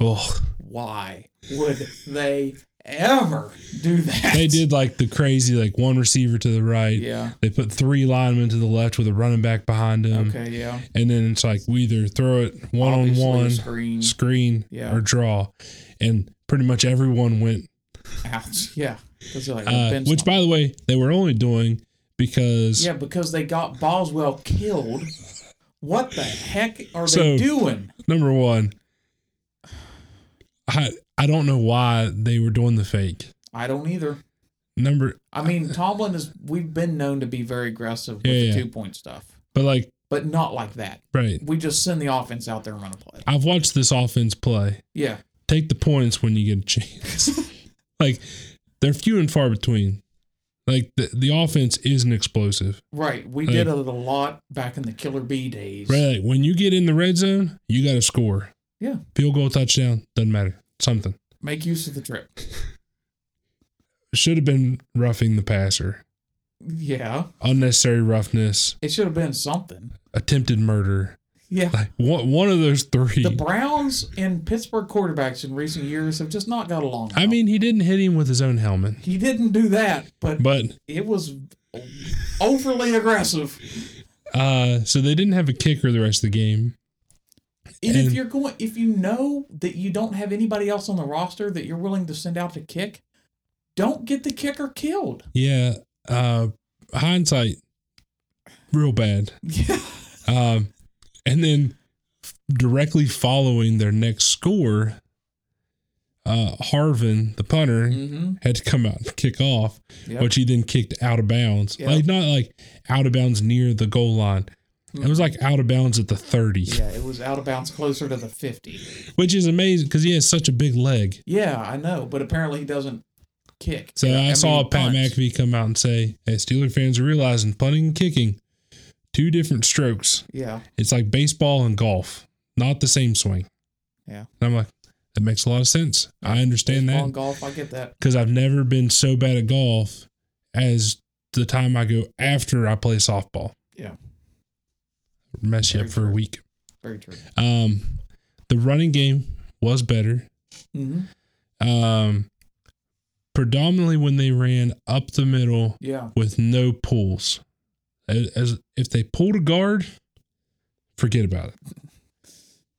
Oh, why would they ever do that? they did like the crazy, like one receiver to the right. Yeah. They put three linemen to the left with a running back behind him. Okay. Yeah. And then it's like we either throw it one on Obviously, one screen Mm-hmm. screen Yeah. or draw, and pretty much everyone went. out. Yeah. Because they're like, "Oh, Uh, Ben's which, not- by the way, they were only doing because yeah, because they got Boswell killed. What the heck are So- they doing? number one, I I don't know why they were doing the fake I don't either. number, I mean, Tomlin is. We've been known to be very aggressive with Yeah, the yeah. two point stuff, but like but not like that. right, We just send the offense out there and run a play. I've watched this offense play. Yeah. Take the points when you get a chance. [laughs] like they're few and far between. Like the the offense isn't explosive. Right. We Hey. did it a lot back in the Killer B days. Right. Like when you get in the red zone, you got to score. Yeah. Field goal, touchdown, doesn't matter. Something. Make use of the trip. Should have been roughing the passer. Yeah, unnecessary roughness, it should have been something. attempted murder. Yeah. Like one, one of those three. The Browns and Pittsburgh quarterbacks in recent years have just not got along. I well. mean, he didn't hit him with his own helmet, he didn't do that, but but it was overly aggressive. uh, so they didn't have a kicker the rest of the game. And, if And- you're going, if you know that you don't have anybody else on the roster that you're willing to send out to kick, don't get the [laughs] kicker killed. Yeah, uh, hindsight, real bad. Yeah, Um, and then directly following their next score, uh, Harvin, the punter, mm-hmm. had to come out and kick off, Yep. which he then kicked out of bounds. Yep. Like not like out of bounds near the goal line. It was like out of bounds at the 30, yeah. It was out of bounds closer to the fifty. which is amazing because he has such a big leg. Yeah, I know, but apparently he doesn't kick. So I, mean, saw he Pat punts. McAfee come out and say, "Hey, Steeler fans are realizing punting and kicking, two different strokes. Yeah, It's like baseball and golf, not the same swing." Yeah. and I'm like, that makes a lot of sense. I understand baseball that and golf. I get that. because I've never been so bad at golf as the time I go after I play softball. Yeah. mess you Very up for a true. week. Very true. Um, the running game was better. hmm Um, predominantly when they ran up the middle Yeah, with no pulls. As, as if they pulled a guard, forget about it.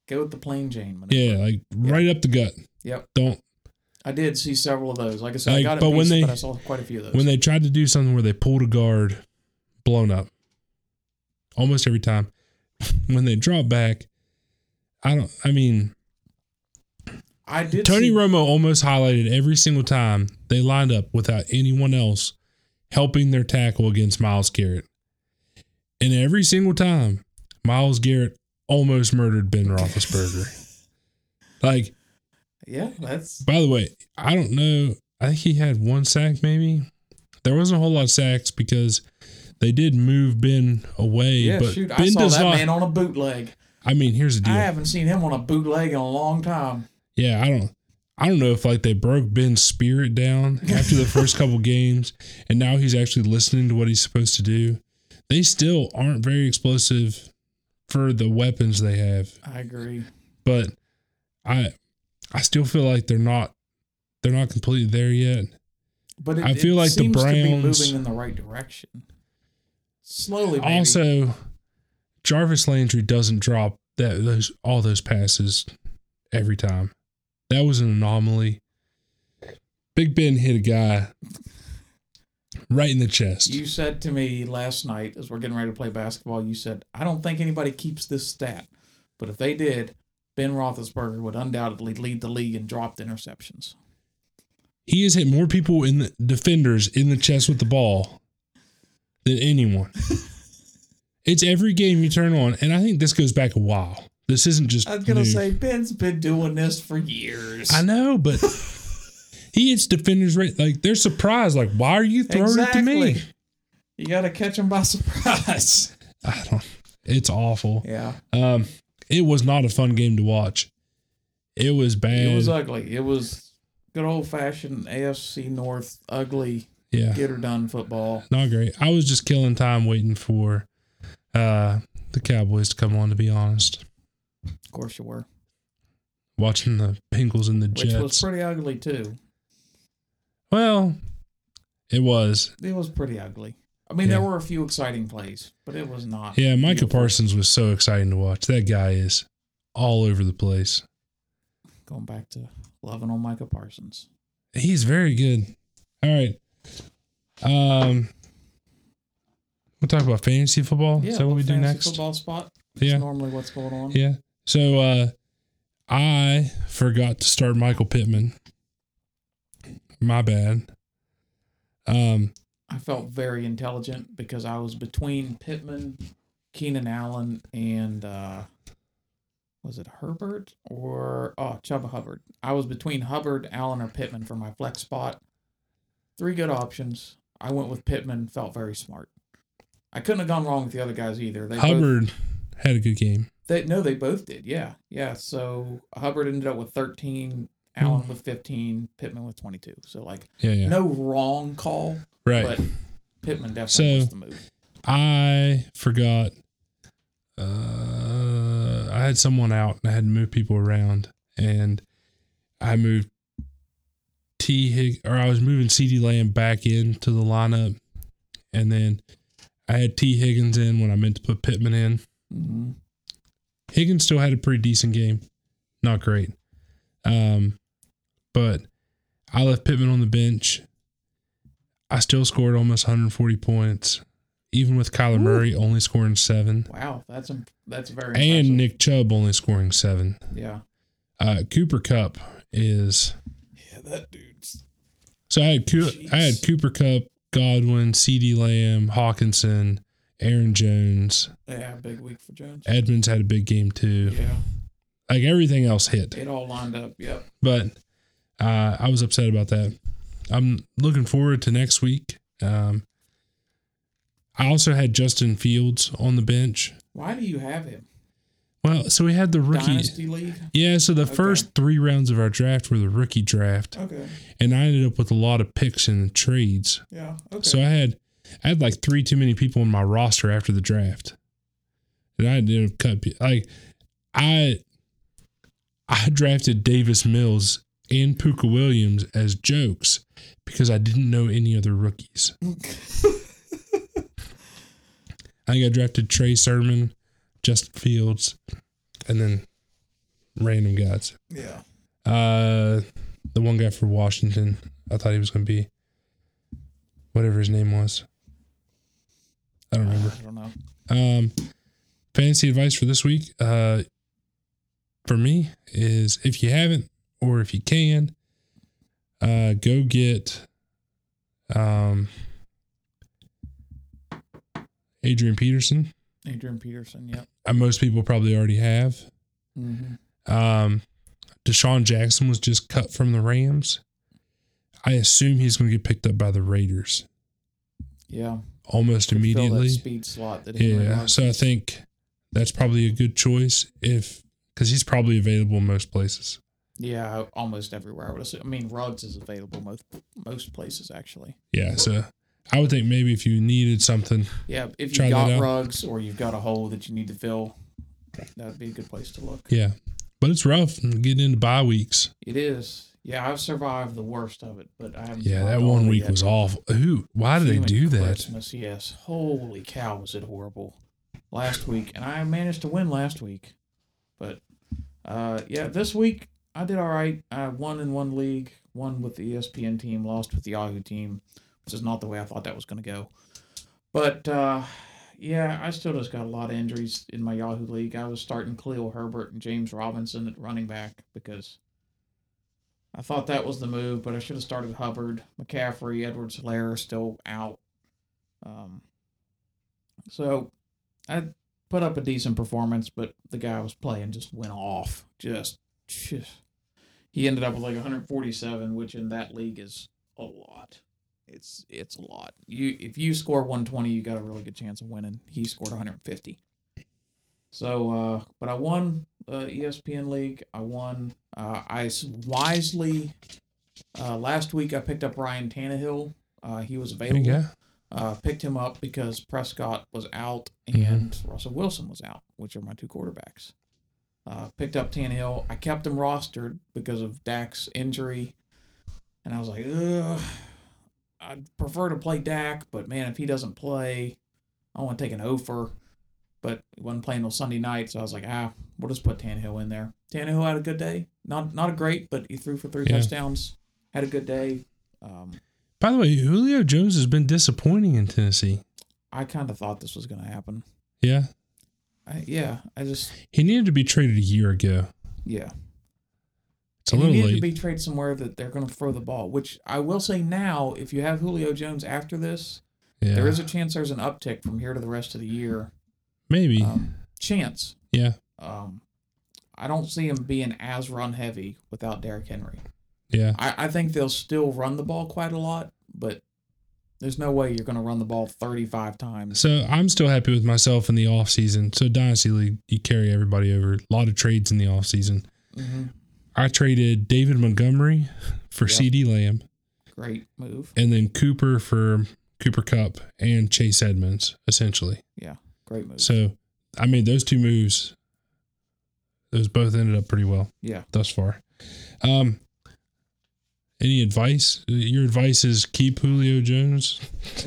go with the plain Jane. maneuver. Yeah, like right up the gut. Yep. Don't I did see several of those. Like I said, I Like, got it, but but, when they- but I saw quite a few of those. when they tried to do something where they pulled a guard, blown up. Almost every time. [laughs] when they drop back, I don't I mean I did. Tony see, Romo almost highlighted every single time they lined up without anyone else helping their tackle against Miles Garrett. And every single time, Miles Garrett almost murdered Ben Roethlisberger. like, yeah, [laughs] that's by the way, I don't know. I think he had one sack, maybe. There wasn't a whole lot of sacks because they did move Ben away. yeah. but shoot, Ben I saw does that not. man on a bootleg. I mean, here's the deal. I haven't seen him on a bootleg in a long time. Yeah, I don't I don't know if like they broke Ben's spirit [laughs] down after the first couple games and now he's actually listening to what he's supposed to do. They still aren't very explosive for the weapons they have, I agree. but I I still feel like they're not they're not completely there yet. But it, I feel it like the seems to be Browns- moving in the right direction. Slowly, maybe. Also, Jarvis Landry doesn't drop that those all those passes every time. That was an anomaly. Big Ben hit a guy right in the chest. You said to me last night, as we're getting ready to play basketball, you said, I don't think anybody keeps this stat, but if they did, Ben Roethlisberger would undoubtedly lead the league in dropped interceptions. he has hit more people in the defenders in the chest with the ball than [laughs] anyone. it's every game you turn on, and I think this goes back a while. This isn't just I was going to new. say, Ben's been doing this for years. I know, but [laughs] he hits defenders right like they're surprised. Like, why are you throwing it to me? You got to catch him by [laughs] surprise. I don't. It's awful. yeah. Um, it was not a fun game to watch. It was bad. It was uh, ugly. It was good old fashioned AFC North, ugly, yeah, get her done football. not great. I was just killing time waiting for uh the Cowboys to come on. To be honest, Of course you were, watching the Bengals and the which was Jets. pretty ugly, too. well, it was. It was pretty ugly. I mean, there Yeah. were a few exciting plays, but it was not. Yeah, Micah beautiful. Parsons was so exciting to watch. That guy is all over the place. Going back to loving on Micah Parsons. He's very good. All right. Um, we'll talk about fantasy football. is that what we do fantasy next? Football spot. Yeah. It's normally what's going on. Yeah. So uh I forgot to start Michael Pittman. My bad. Um I felt very intelligent because I was between Pittman, Keenan Allen, and uh, was it Herbert or oh Chuba Hubbard? I was between Hubbard, Allen, or Pittman for my flex spot. Three good options. I went with Pittman. Felt very smart. I couldn't have gone wrong with the other guys either. They both Hubbard had a good game. They no, they both did. Yeah, yeah. So Hubbard ended up with thirteen, Allen with fifteen, Pittman with twenty-two. So like Hmm. Yeah, yeah. no wrong call, right. but Pittman definitely So- was the move. I forgot. Uh, I had someone out and I had to move people around, and I moved T Hig or I was moving CD Lamb back into the lineup, and then I had T Higgins in when I meant to put Pittman in. Mm-hmm. Higgins still had a pretty decent game, not great, um, but I left Pittman on the bench. I still scored almost 140 points, even with Kyler Ooh. Murray only scoring seven Wow, that's imp- that's very impressive. and Nick Chubb only scoring seven. yeah, Uh, Cooper Cup is yeah, that dude's so I had Coo- I had Jeez. Cooper Cup, Godwin, C.D. Lamb, Hawkinson, Aaron Jones, yeah, big week for Jones. Edmonds had a big game too. Yeah, Like everything else hit. it all lined up. Yep. but uh, I was upset about that. I'm looking forward to next week. Um, I also had Justin Fields on the bench. Why do you have him? Well, so we had the rookie. Dynasty league. Yeah, so the Okay. first three rounds of our draft were the rookie draft, Okay. and I ended up with a lot of picks and trades. Yeah. Okay. [laughs] So I had, I had like three too many people on my roster after the draft, and I didn't cut pe- like, I, I drafted Davis Mills and Puka Williams as jokes because I didn't know any other rookies. I think I drafted Trey Sermon, Justin Fields, and then random guys. yeah. Uh, the one guy for Washington, I thought he was going to be whatever his name was. I don't remember. I don't know. Um, fantasy advice for this week, uh, for me is if you haven't or if you can, uh, go get, um, Adrian Peterson. Adrian Peterson. Yep. Uh, most people probably already have. Mm-hmm. Um, Deshaun Jackson was just cut from the Rams. I assume he's going to get picked up by the Raiders Yeah. almost Could fill immediately. that speed slot that he Yeah, so I think that's probably a good choice if because he's probably available in most places. Yeah, almost everywhere. I would assume. I mean, Ruggs is available most most places actually. Yeah, so I would think maybe if you needed something, Yeah, if Try you that got out. rugs or you've got a hole that you need to fill, that'd be a good place to look. yeah. But it's rough getting into bye weeks. It is. Yeah, I've survived the worst of it, but I haven't. Yeah, that survived all one of it week yet. was awful. Who? Why do they Human do that? Christmas, yes. Holy cow, was it horrible last week? And I managed to win last week, but uh, yeah, this week I did all right. I won in one league, won with the E ESPN team, lost with the Yahoo team, which is not the way I thought that was going to go. But uh, yeah, I still just got a lot of injuries in my Yahoo league. I was starting Cleo Herbert and James Robinson at running back because I thought that was the move, but I should have started Hubbard, McCaffrey, Edwards Hilaire still out. Um, so I put up a decent performance, but the guy I was playing just went off. Just, just- he ended up with like 147, which in that league is a lot. It's it's a lot. You if you score 120, you got a really good chance of winning. He scored 150. So, uh, but I won uh, ESPN League. I won. Uh, I s- wisely uh, last week I picked up Ryan Tannehill. Uh, he was There you available go. uh, picked him up because Prescott was out Mhm. and Russell Wilson was out, which are my two quarterbacks. Uh, picked up Tannehill. I kept him rostered because of Dak's injury, and I was like, Ugh, I'd prefer to play Dak, but man, if he doesn't play, I want to take an offer. But he wasn't playing on Sunday night, so I was like, ah, we'll just put Tannehill in there. Tannehill had a good day, not not a great, but he threw for three Yeah. touchdowns. Had a good day. Um, By the way, Julio Jones has been disappointing in Tennessee. I kind of thought this was going to happen. Yeah, I, yeah, I just he needed to be traded a year ago. yeah. It's a And he little needed late. to be traded somewhere that they're going to throw the ball. Which I will say now, if you have Julio Jones after this, yeah, there is a chance there's an uptick from here to the rest of the year. maybe. Um, chance. yeah, Um, I don't see him being as run heavy without Derrick Henry. yeah. I, I think they'll still run the ball quite a lot, but there's no way you're going to run the ball 35 times. So I'm still happy with myself in the off season. So Dynasty League, you carry everybody over. A lot of trades in the off season. hmm I traded David Montgomery for Yeah. CD Lamb Great move. and then Cooper for Cooper Cup and Chase Edmonds, essentially. Yeah, great move. So, I mean, those two moves, those both ended up pretty well yeah, thus far. Um, any advice? Your advice is keep Julio Jones. [laughs]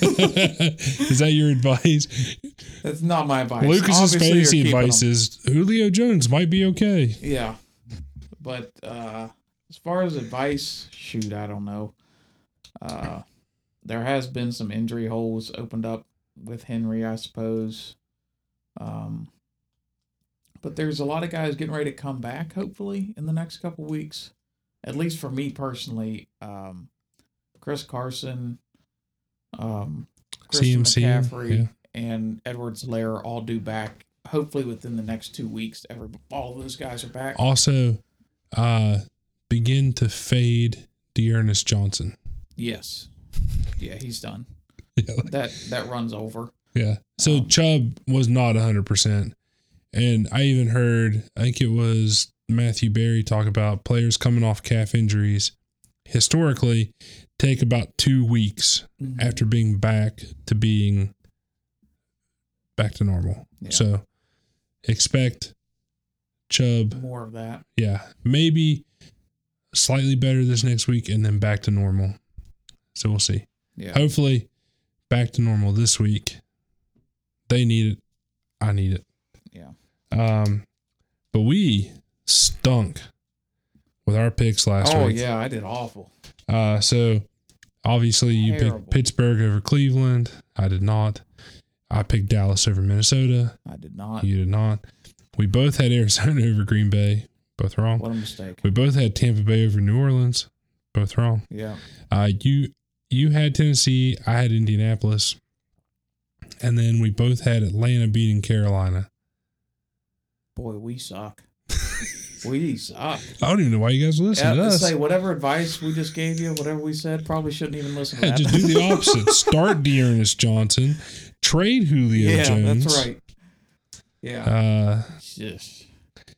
is that your advice? that's not my advice. Lucas's Obviously, you're fantasy keeping advice him. is Julio Jones might be okay. yeah, but uh, as far as advice, shoot, I don't know. Uh, there has been some injury holes opened up with Henry, I suppose. Um, but there's a lot of guys getting ready to come back, hopefully, in the next couple weeks. At least for me personally, um, Chris Carson, um, Christian CMC, McCaffrey, yeah. and Edwards Lair all due back. Hopefully within the next two weeks, every all those guys are back. Also, uh, begin to fade Dearness Johnson. [laughs] Yes, yeah, he's done. Yeah, like- That that runs over. Yeah. So Um, Chubb was not 100%. And I even heard, I think it was Matthew Berry talk about players coming off calf injuries historically take about two weeks after being back to being back to normal. Yeah. So expect Chubb, More of that. yeah, maybe slightly better this next week and then back to normal. So we'll see Yeah. hopefully back to normal this week. They need it. I need it. Yeah. Um, but we stunk with our picks last oh week. yeah, I did awful. Uh, so obviously you Terrible. picked Pittsburgh over Cleveland. I did not. I picked Dallas over Minnesota. I did not. You did not. We both had Arizona [laughs] over Green Bay. Both wrong. What a mistake. We both had Tampa Bay over New Orleans. Both wrong. Yeah. Uh, you you had Tennessee, I had Indianapolis, and then we both had Atlanta beating Carolina. Boy, we [laughs] suck. we suck. I don't even know why you guys listen Yeah, to let's us. say whatever advice we just gave you, whatever we said, probably shouldn't even listen to Yeah, that. just do [laughs] the opposite. Start Dearness Johnson, trade Julio [laughs] yeah, Jones. that's right. Yeah. Uh, It's just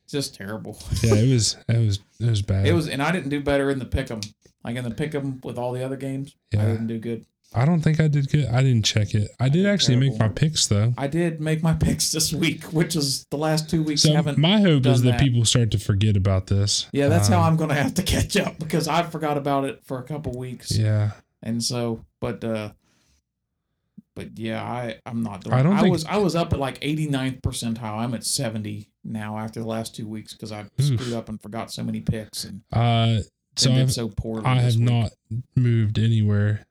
it's just terrible. yeah, it was it was it was bad. It was and I didn't do better in the pick'em. Like in the pick'em with all the other games. I Yeah. didn't do good. I don't think I did good. I didn't check it. I did did actually make my terrible. picks though. I did make my [laughs] picks this week, which is the last two weeks I So haven't my hope is done that, that. people start to forget about this. Yeah, that's how Um, I'm gonna have to [laughs] catch up because I forgot about it for a couple weeks. Yeah, and so but uh but yeah i i'm not doing I i, don't think- was i was up at like 89th percentile i'm at 70 now after the last two weeks because i Oof. screwed up and forgot so many picks and, uh, so so did I've, so poorly I this have week. not moved anywhere.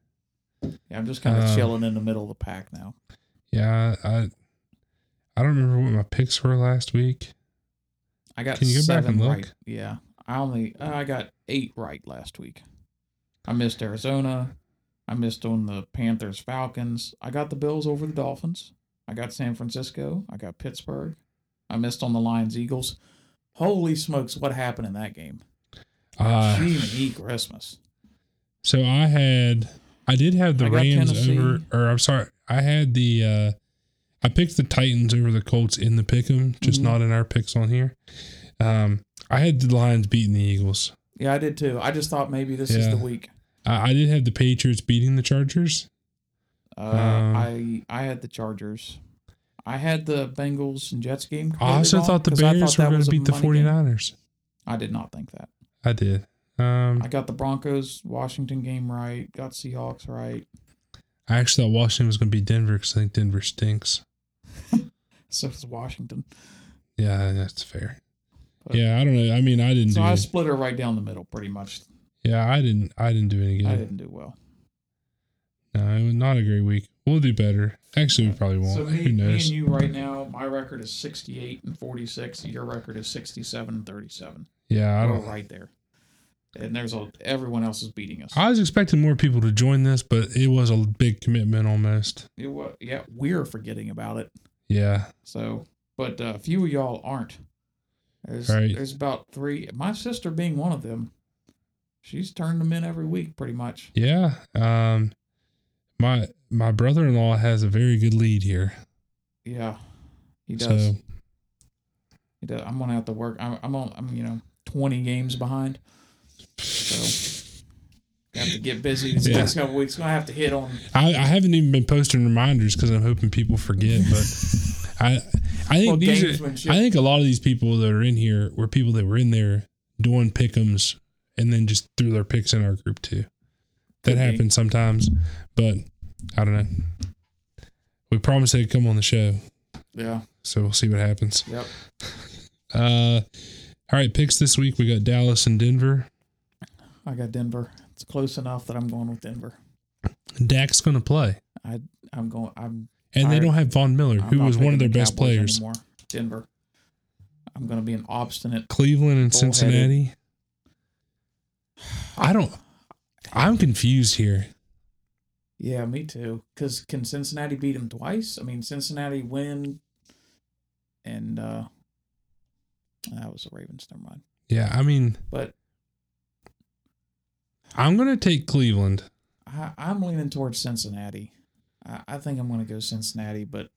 yeah, i'm just kind of uh, chilling in the middle of the pack now Yeah, I I don't remember what my picks were last week. i got can you go back seven and look? right yeah i only uh, i got eight right last week i missed arizona i missed on the panthers falcons i got the bills over the dolphins I got San Francisco. I got Pittsburgh. I missed on the Lions Eagles. Holy smokes, what happened in that game? Uh, Gee, and E Christmas. so I had I did have the I got Rams Tennessee. over or I'm sorry, I had the uh I picked the Titans over the Colts in the pick'em, just Mhm. not in our picks on here. Um I had the Lions beating the Eagles. Yeah, I did too. I just thought maybe this is Yeah. the week. I, I did have the Patriots beating the Chargers. Uh, Um, I I had the Chargers. I had the Bengals and Jets I game. completely also wrong, thought the 'cause I Bears thought that were going was to a beat the money game. 49ers. I did not think that. I did. Um I got the Broncos Washington game right. Got Seahawks right. I actually thought Washington was going to beat Denver cuz I think Denver stinks. So it's Washington. Yeah, that's fair. But- Yeah, I don't know. I mean, I didn't So do I split her right down the middle, pretty much. Yeah, I didn't. I didn't do any I good. didn't do well. No, it was not a great week. We'll do better. Actually, we probably won't. So me, Who me and knows? you right now, my record is 68 and 46. Your record is 67 and 37. yeah, I We're don't. right there. And there's a everyone else is beating us. I was expecting more people to join this, but it was a big commitment almost. It wa- yeah, we're forgetting about it. Yeah, So, but a few of y'all aren't. There's Right. there's about three. My sister being one of them. She's turned them in every week, pretty much. yeah. Um, my my brother in law has a very good lead here. Yeah, he does. So He does. I'm gonna have to work. I'm I'm on. I'm you know 20 games behind. So Have to get busy these Yeah. next couple weeks. Gonna have to hit on I, I haven't even been posting reminders because I'm hoping people forget. But [laughs] I, I think well, these are- gamesmanship. I think a lot of these people that are in here were people that were in there doing pickums and then just threw their picks in our group too. That Could be. happens sometimes, but I don't know. We promised they'd come on the show, yeah. so we'll see what happens. Yep. Uh, all right, picks this week we got Dallas and Denver. I got Denver. It's close enough that I'm going with Denver. Dak's going to play, I'm going. I'm. and All they right. don't have Von Miller, I'm who not was one of their picking the best Cowboys players. Anymore. Denver. I'm going to be an obstinate. Cleveland and Bullheaded. Cincinnati. I don't. I'm confused here. Yeah, me too. Because can Cincinnati beat them twice? I mean, Cincinnati win, and uh that was the Ravens. Never mind. Yeah, I mean, But I'm gonna take Cleveland. I, I'm leaning towards Cincinnati. I, I think I'm going to go Cinnati, but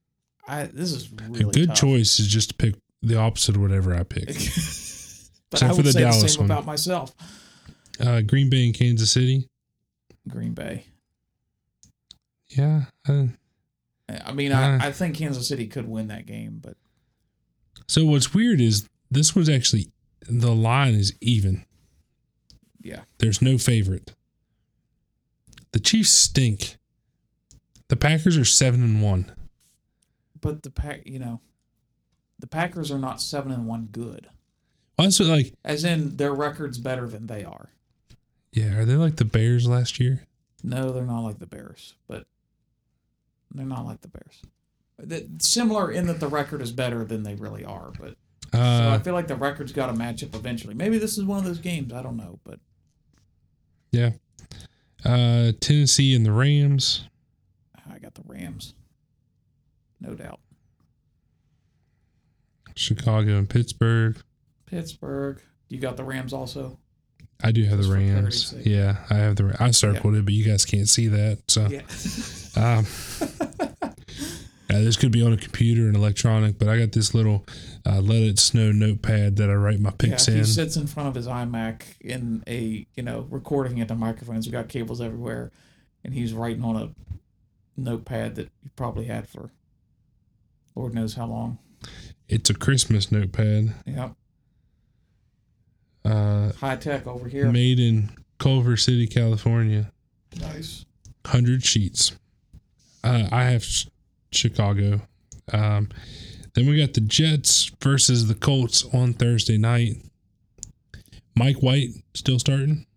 I this is really a good tough. [laughs] choice is just to pick the opposite of whatever I pick. but Except I for would the say the Dallas same one. about myself. Uh, Green Bay and Kansas City. Green Bay. Yeah, uh, I mean, Uh. I, I think Kansas City could win that game, but So what's weird is this was actually the line is even. Yeah. There's no favorite. The Chiefs stink. The Packers are seven and one. but the pack, you know, the Packers are not seven and one good. Also, like, As in, their record's better than they are. yeah, are they like the Bears last year? No, they're not like the Bears, but they're not like the Bears. The- similar in that the record is better than they really are, but so I Uh, feel like the record's got to match up eventually. Maybe this is one of those games. I don't know, but uh, Tennessee and the Rams. I got the Rams, no doubt. Chicago and Pittsburgh. Pittsburgh, you got the Rams also. I do have Just the for Rams. clarity's sake. Yeah, I have the. I circled it, but you guys can't see that. So, Yeah, um, yeah, this could be on a computer and electronic, but I got this little uh, "Let It Snow" notepad that I write my yeah. picks He in. sits in front of his iMac in a you know recording at the microphones. We got cables everywhere, and he's writing on a notepad that he probably had for Lord knows how long. it's a Christmas notepad, Yep. uh, High tech over here. made in Culver City, California. Nice. Hundred sheets. Uh, I have Ch- Chicago. Um, then we got the Jets versus the Colts on Thursday night. Mike White still starting.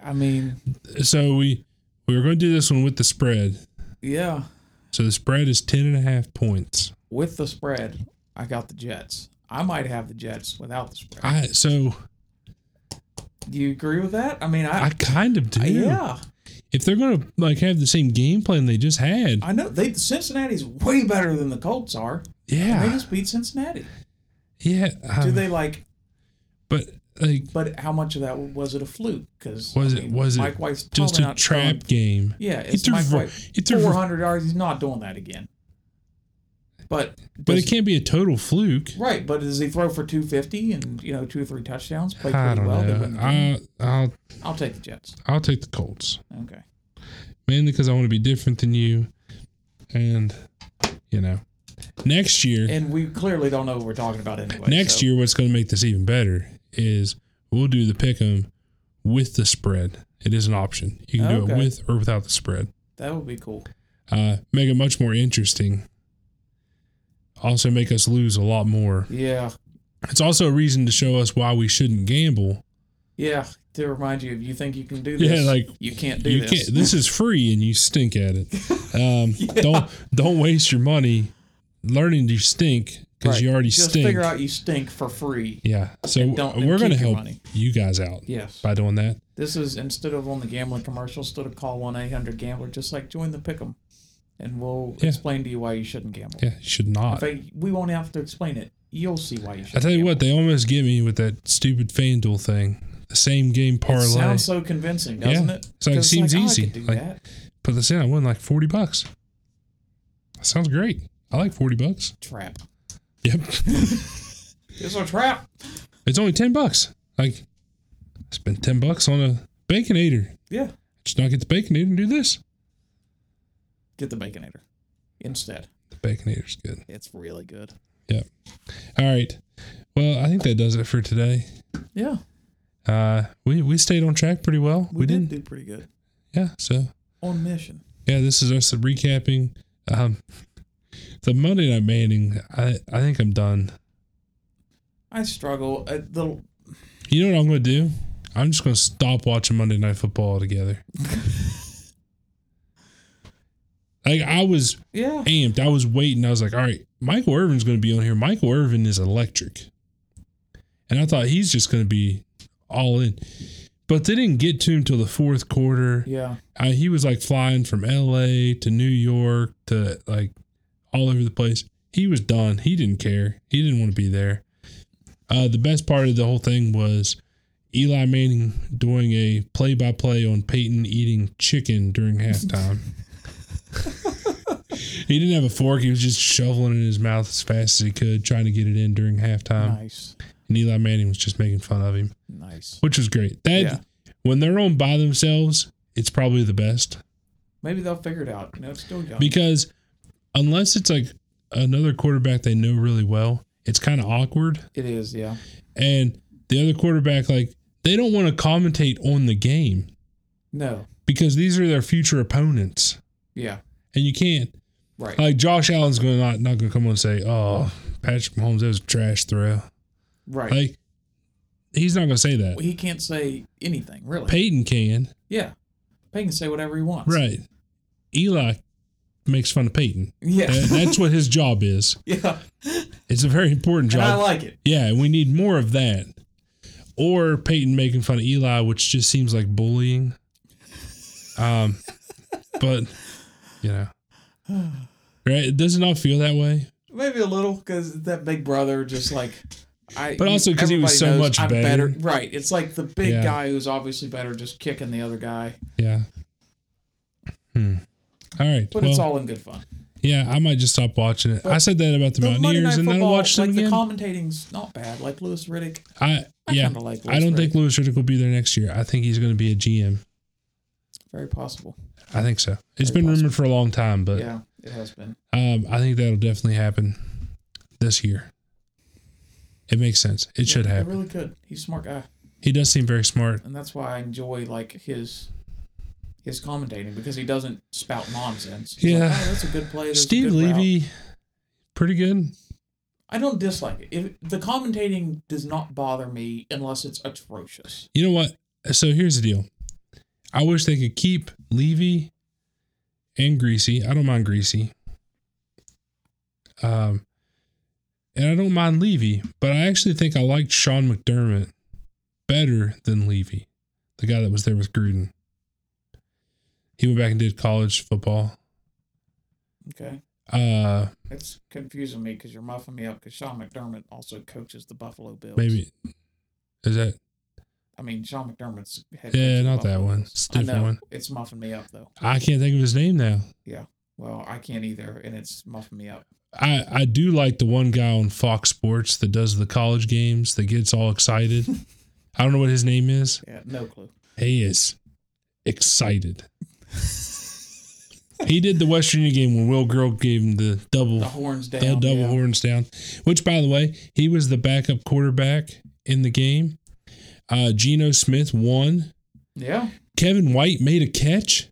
I mean, so we we were going to do this one with the spread. yeah. So the spread is ten and a half points. With the spread, I got the Jets. I might have the Jets without the spread. I so Do you agree with that? I mean, I I, kind of do. I- yeah. If they're going to like have the same game plan they just had, I know they Cincinnati's way better than the Colts are. And they yeah, just beat Cincinnati. yeah. Do um, they like? But like, But how much of that was it a fluke? Because Was it- was it Mike White's just probably a not trap throwing- game. yeah, He it's threw Mike for, White. he threw Four for- hundred yards. He's not doing that again. But but does- it can't be a total fluke. Right, but does he throw for two fifty and you know two or three touchdowns? Play I pretty don't well. They win know. the game. I, I'll I'll take the Jets. I'll take the Colts Okay. mainly because I want to be different than you, and you know, next year And we clearly don't know what we're talking about anyway. Next so- year, what's going to make this even better is we'll do the pick 'em with the spread. It is an option. You can do Okay. it with or without the spread. that would be cool. Uh, make it much more interesting. Also, make us lose a lot more. Yeah, It's also a reason to show us why we shouldn't gamble. yeah. To remind you, if you think you can do this, Yeah, like you can't do you this. can't. This is free, and you stink at [laughs] it. Um, Don't don't waste your money learning to stink because Right. you already Just stink. figure out you stink for free. yeah, so and don't- and we're going to keep your help money. you guys out Yes. by doing that. This is instead of on the gambling commercial, instead of call one eight hundred gambler, just like join the pick'em, and we'll Yeah. explain to you why you shouldn't gamble. Yeah, you should In not. fact, we won't have to explain it. You'll see why you should. I tell you what, they almost get me with that stupid FanDuel thing. The same game parlay. sounds so convincing, doesn't Yeah. it? So it 'Cause it's seems like, oh, I easy. could do Like- that. Put this in, I won like 40 bucks. That sounds great. I like 40 bucks. Trap. Yep. [laughs] It's a trap. it's only 10 bucks. Like, I spent 10 bucks on a Baconator. Yeah. Just not get the Baconator and do this. Get the Baconator instead. The Baconator's good. It's really good. All right. Well, I think that does it for today. Yeah, Uh, we we stayed on track pretty well. we, We, did didn't. do pretty good Yeah. So on mission. yeah, this is us recapping. Um, the Monday Night Manning. I I think I'm done. I struggle. Uh, the You know what I'm gonna do? I'm just gonna stop watching Monday Night Football altogether. like I was yeah, amped. I was waiting. I was like, all right, Michael Irvin's going to be on here. Michael Irvin is electric. And I thought he's just going to be all in. But they didn't get to him till the fourth quarter. yeah. Uh, he was like flying from LA to New York to like all over the place. He was done. He didn't care. He didn't want to be there. Uh, the best part of the whole thing was Eli Manning doing a play by play on Peyton eating chicken during halftime. he didn't have a fork. He was just shoveling it in his mouth as fast as he could, trying to get it in during halftime. nice, And Eli Manning was just making fun of him, nice. which was great. That Yeah. when they're on by themselves, it's probably the best. Maybe they'll figure it out. No, it's still young. Because unless it's like another quarterback they know really well, it's kind of awkward. it is. Yeah, And the other quarterback, like, they don't want to commentate on the game no, because these are their future opponents. yeah, And you can't, right. like, Josh Allen's going to not, not going to come on and say, oh, Patrick Mahomes, that was a trash throw. right. Like, he's not going to say that. he can't say anything really. Peyton can. yeah, Payne can say whatever he wants. Right. Eli makes fun of Peyton. [laughs] Yeah, That- that's what his job is. yeah. It's a very important And job. I like it. Yeah, and we need more of that. Or Peyton making fun of Eli, which just seems like bullying. Um, [laughs] but you know, right? Does it not feel that way? Maybe a little because that big brother just like. I, But also 'cause he was so everybody much I'm better. Right. It's like the big Yeah. guy who's obviously better just kicking the other guy. Yeah. Hmm. All right. But well, it's all in good fun. yeah, I might just stop watching it. I said that about the, The Monday Mountaineers, Night and then I Football, watched them like the again. commentating's not bad. Like Lewis Riddick. I I yeah, kinda like I don't Lewis think Lewis Riddick will be there next year. I think he's going to be a GM. Very possible. I think so. It's Very been rumored for a long time, but yeah, it has been. Um, I think that'll definitely happen this year. It makes sense. It should Yeah, happen. It really could. He's a smart guy. he does seem very smart. And that's why I enjoy like his his commentating because he doesn't spout nonsense. He's like, Yeah. "Oh, that's a good play. there's a Steve good route." Levy, pretty good. I don't dislike it. If, the commentating does not bother me unless it's atrocious. You know what? So here's the deal. I wish they could keep Levy and Greasy. I don't mind Greasy. Um, and I don't mind Levy, but I actually think I liked Sean McDermott better than Levy, the guy that was there with Gruden. He went back and did college football. Okay. Uh, It's confusing me because you're muffing me up because Sean McDermott also coaches the Buffalo Bills. maybe is that I mean, Sean McDermott's Yeah, head coach of the not that Buffalo one. Bills. It's a I different know. one. It's muffing me up though. I can't think of his name now. Well, I can't either, and it's muffing me up. I, I do like the one guy on Fox Sports that does the college games that gets all [laughs] excited. I don't know what his name is. Yeah, no clue. He is excited. he did the West Virginia game when Will Girl gave him the double The horns down. the double yeah. horns down. Which by the way, he was the backup quarterback in the game. Uh Geno Smith won. Yeah. Kevin White made a catch.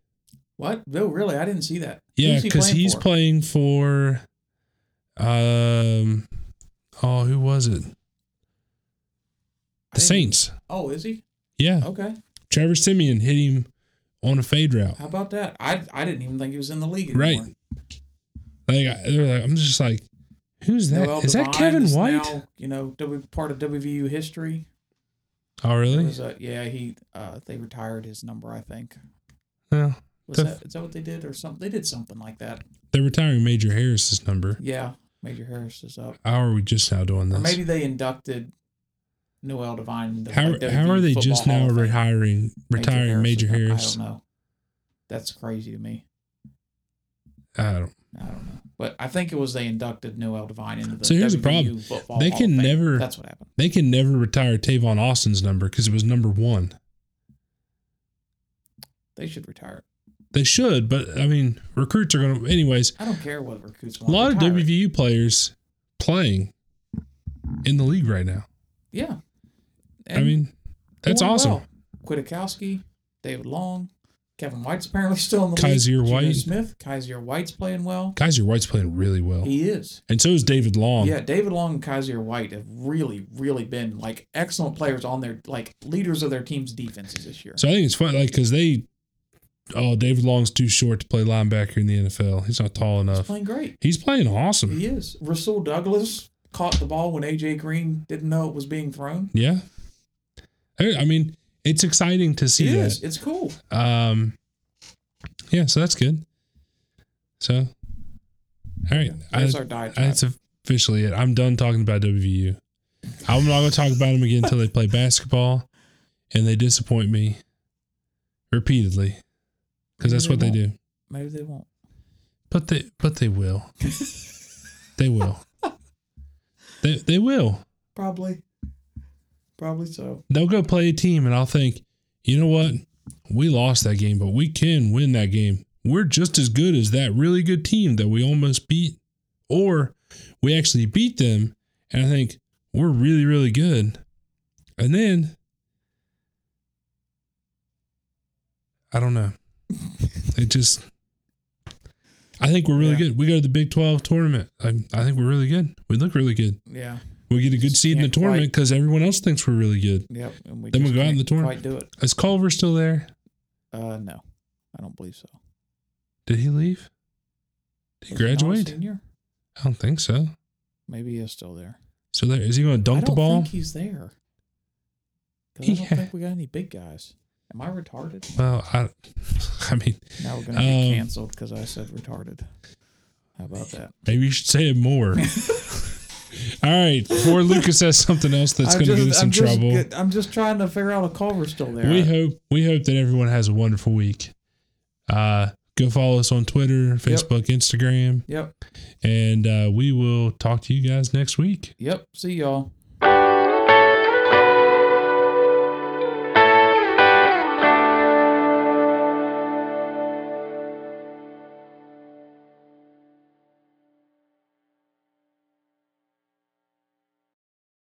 What? No, really, I didn't see that. Yeah, Who's he because playing he's for? playing for um oh, who was it? I The didn't- Saints. Oh, is he? Yeah. Okay. Trevor Simeon hit him on a fade route. How about that? I I didn't even think he was in the league Right. anymore. Like I, they're like, I'm just like, who's that? Is Noel that Devine Kevin is White? Now, you know, w, part of WVU history. oh It really? was, uh, yeah, he uh, they retired his number, I think. No. Was The- that is that what they did or something? They did something like that. They're retiring Major Harris's number. Yeah, Major Harris is up. How are we just now doing Or this? maybe they inducted Noel Devine. the- how, like, how are WVU they Football just Hall now of Fame. rehiring retiring Major is up. Harris? I don't know. That's crazy to me. I don't, I don't know, but I think it was they inducted Noel Devine into the. So here's the WVU problem. Football They Hall can of Fame. never- That's what happened. They can never retire Tavon Austin's number because it was number one. They should retire. They should, but I mean, recruits are going to, anyways. I don't care what recruits A want. lot of E Retire it. WVU players playing in the league right now. Yeah. I mean, that's doing awesome. well. Kwiatkowski, David Long, Kevin White's apparently still in the Kaiser league. Geno White. Smith, Kaiser White's playing well. Kaiser White's playing really well, He is. and so is David Long. Yeah, David Long and Kaiser White have really, really been like excellent players on their like leaders of their team's defenses this year. So I think it's fun, like, because they, oh, David Long's too short to play linebacker in the NFL. He's not tall He's enough. playing great. He's playing awesome. He is. Russell Douglas caught the ball when AJ Green didn't know it was being thrown. Yeah. I I mean, it's exciting to It see that. is. It's cool. Um, yeah, so that's good. So, all right, I, That's our diet. that's officially it. I'm done talking about WVU. I'm not going to talk about them again until they play basketball, and they disappoint me repeatedly because that's what they do. Maybe they won't. But they, but they [laughs] will. they will. They they will. Probably. Probably so. They'll go play a team, and I'll think, you know what? We lost that game, but we can win that game. We're just as good as that really good team that we almost beat, or we actually beat them, and I think we're really, really good. And then I don't know. It just, I think we're really Yeah. good. We go to the Big 12 tournament. I, I think we're really good. We look really good. Yeah. We get a good Just seed in the can't quite- tournament because everyone else thinks we're really good. Yep. And we Then just we go out in can't the tournament. Quite do it. Is Culver still there? Uh, no, I don't believe so. Did he leave? Did he Is not a graduate? senior? I don't think so. Maybe he is still there. So there is he going to I dunk the don't ball? think he's there. 'Cause He I don't ha- think we got any big guys. Am I retarded? well, I, [laughs] I mean, Now we're gonna get Um, canceled because I said retarded. How about that? maybe you should say it [laughs] more. All right, before Lucas says something else that's I'm going to get just- us in I'm just trouble, get- I'm just trying to figure out if Culver's still there. we hope we hope that everyone has a wonderful week. Uh, go follow us on Twitter, Facebook, Instagram, yep. and uh, we will talk to you guys next week. Yep. See y'all.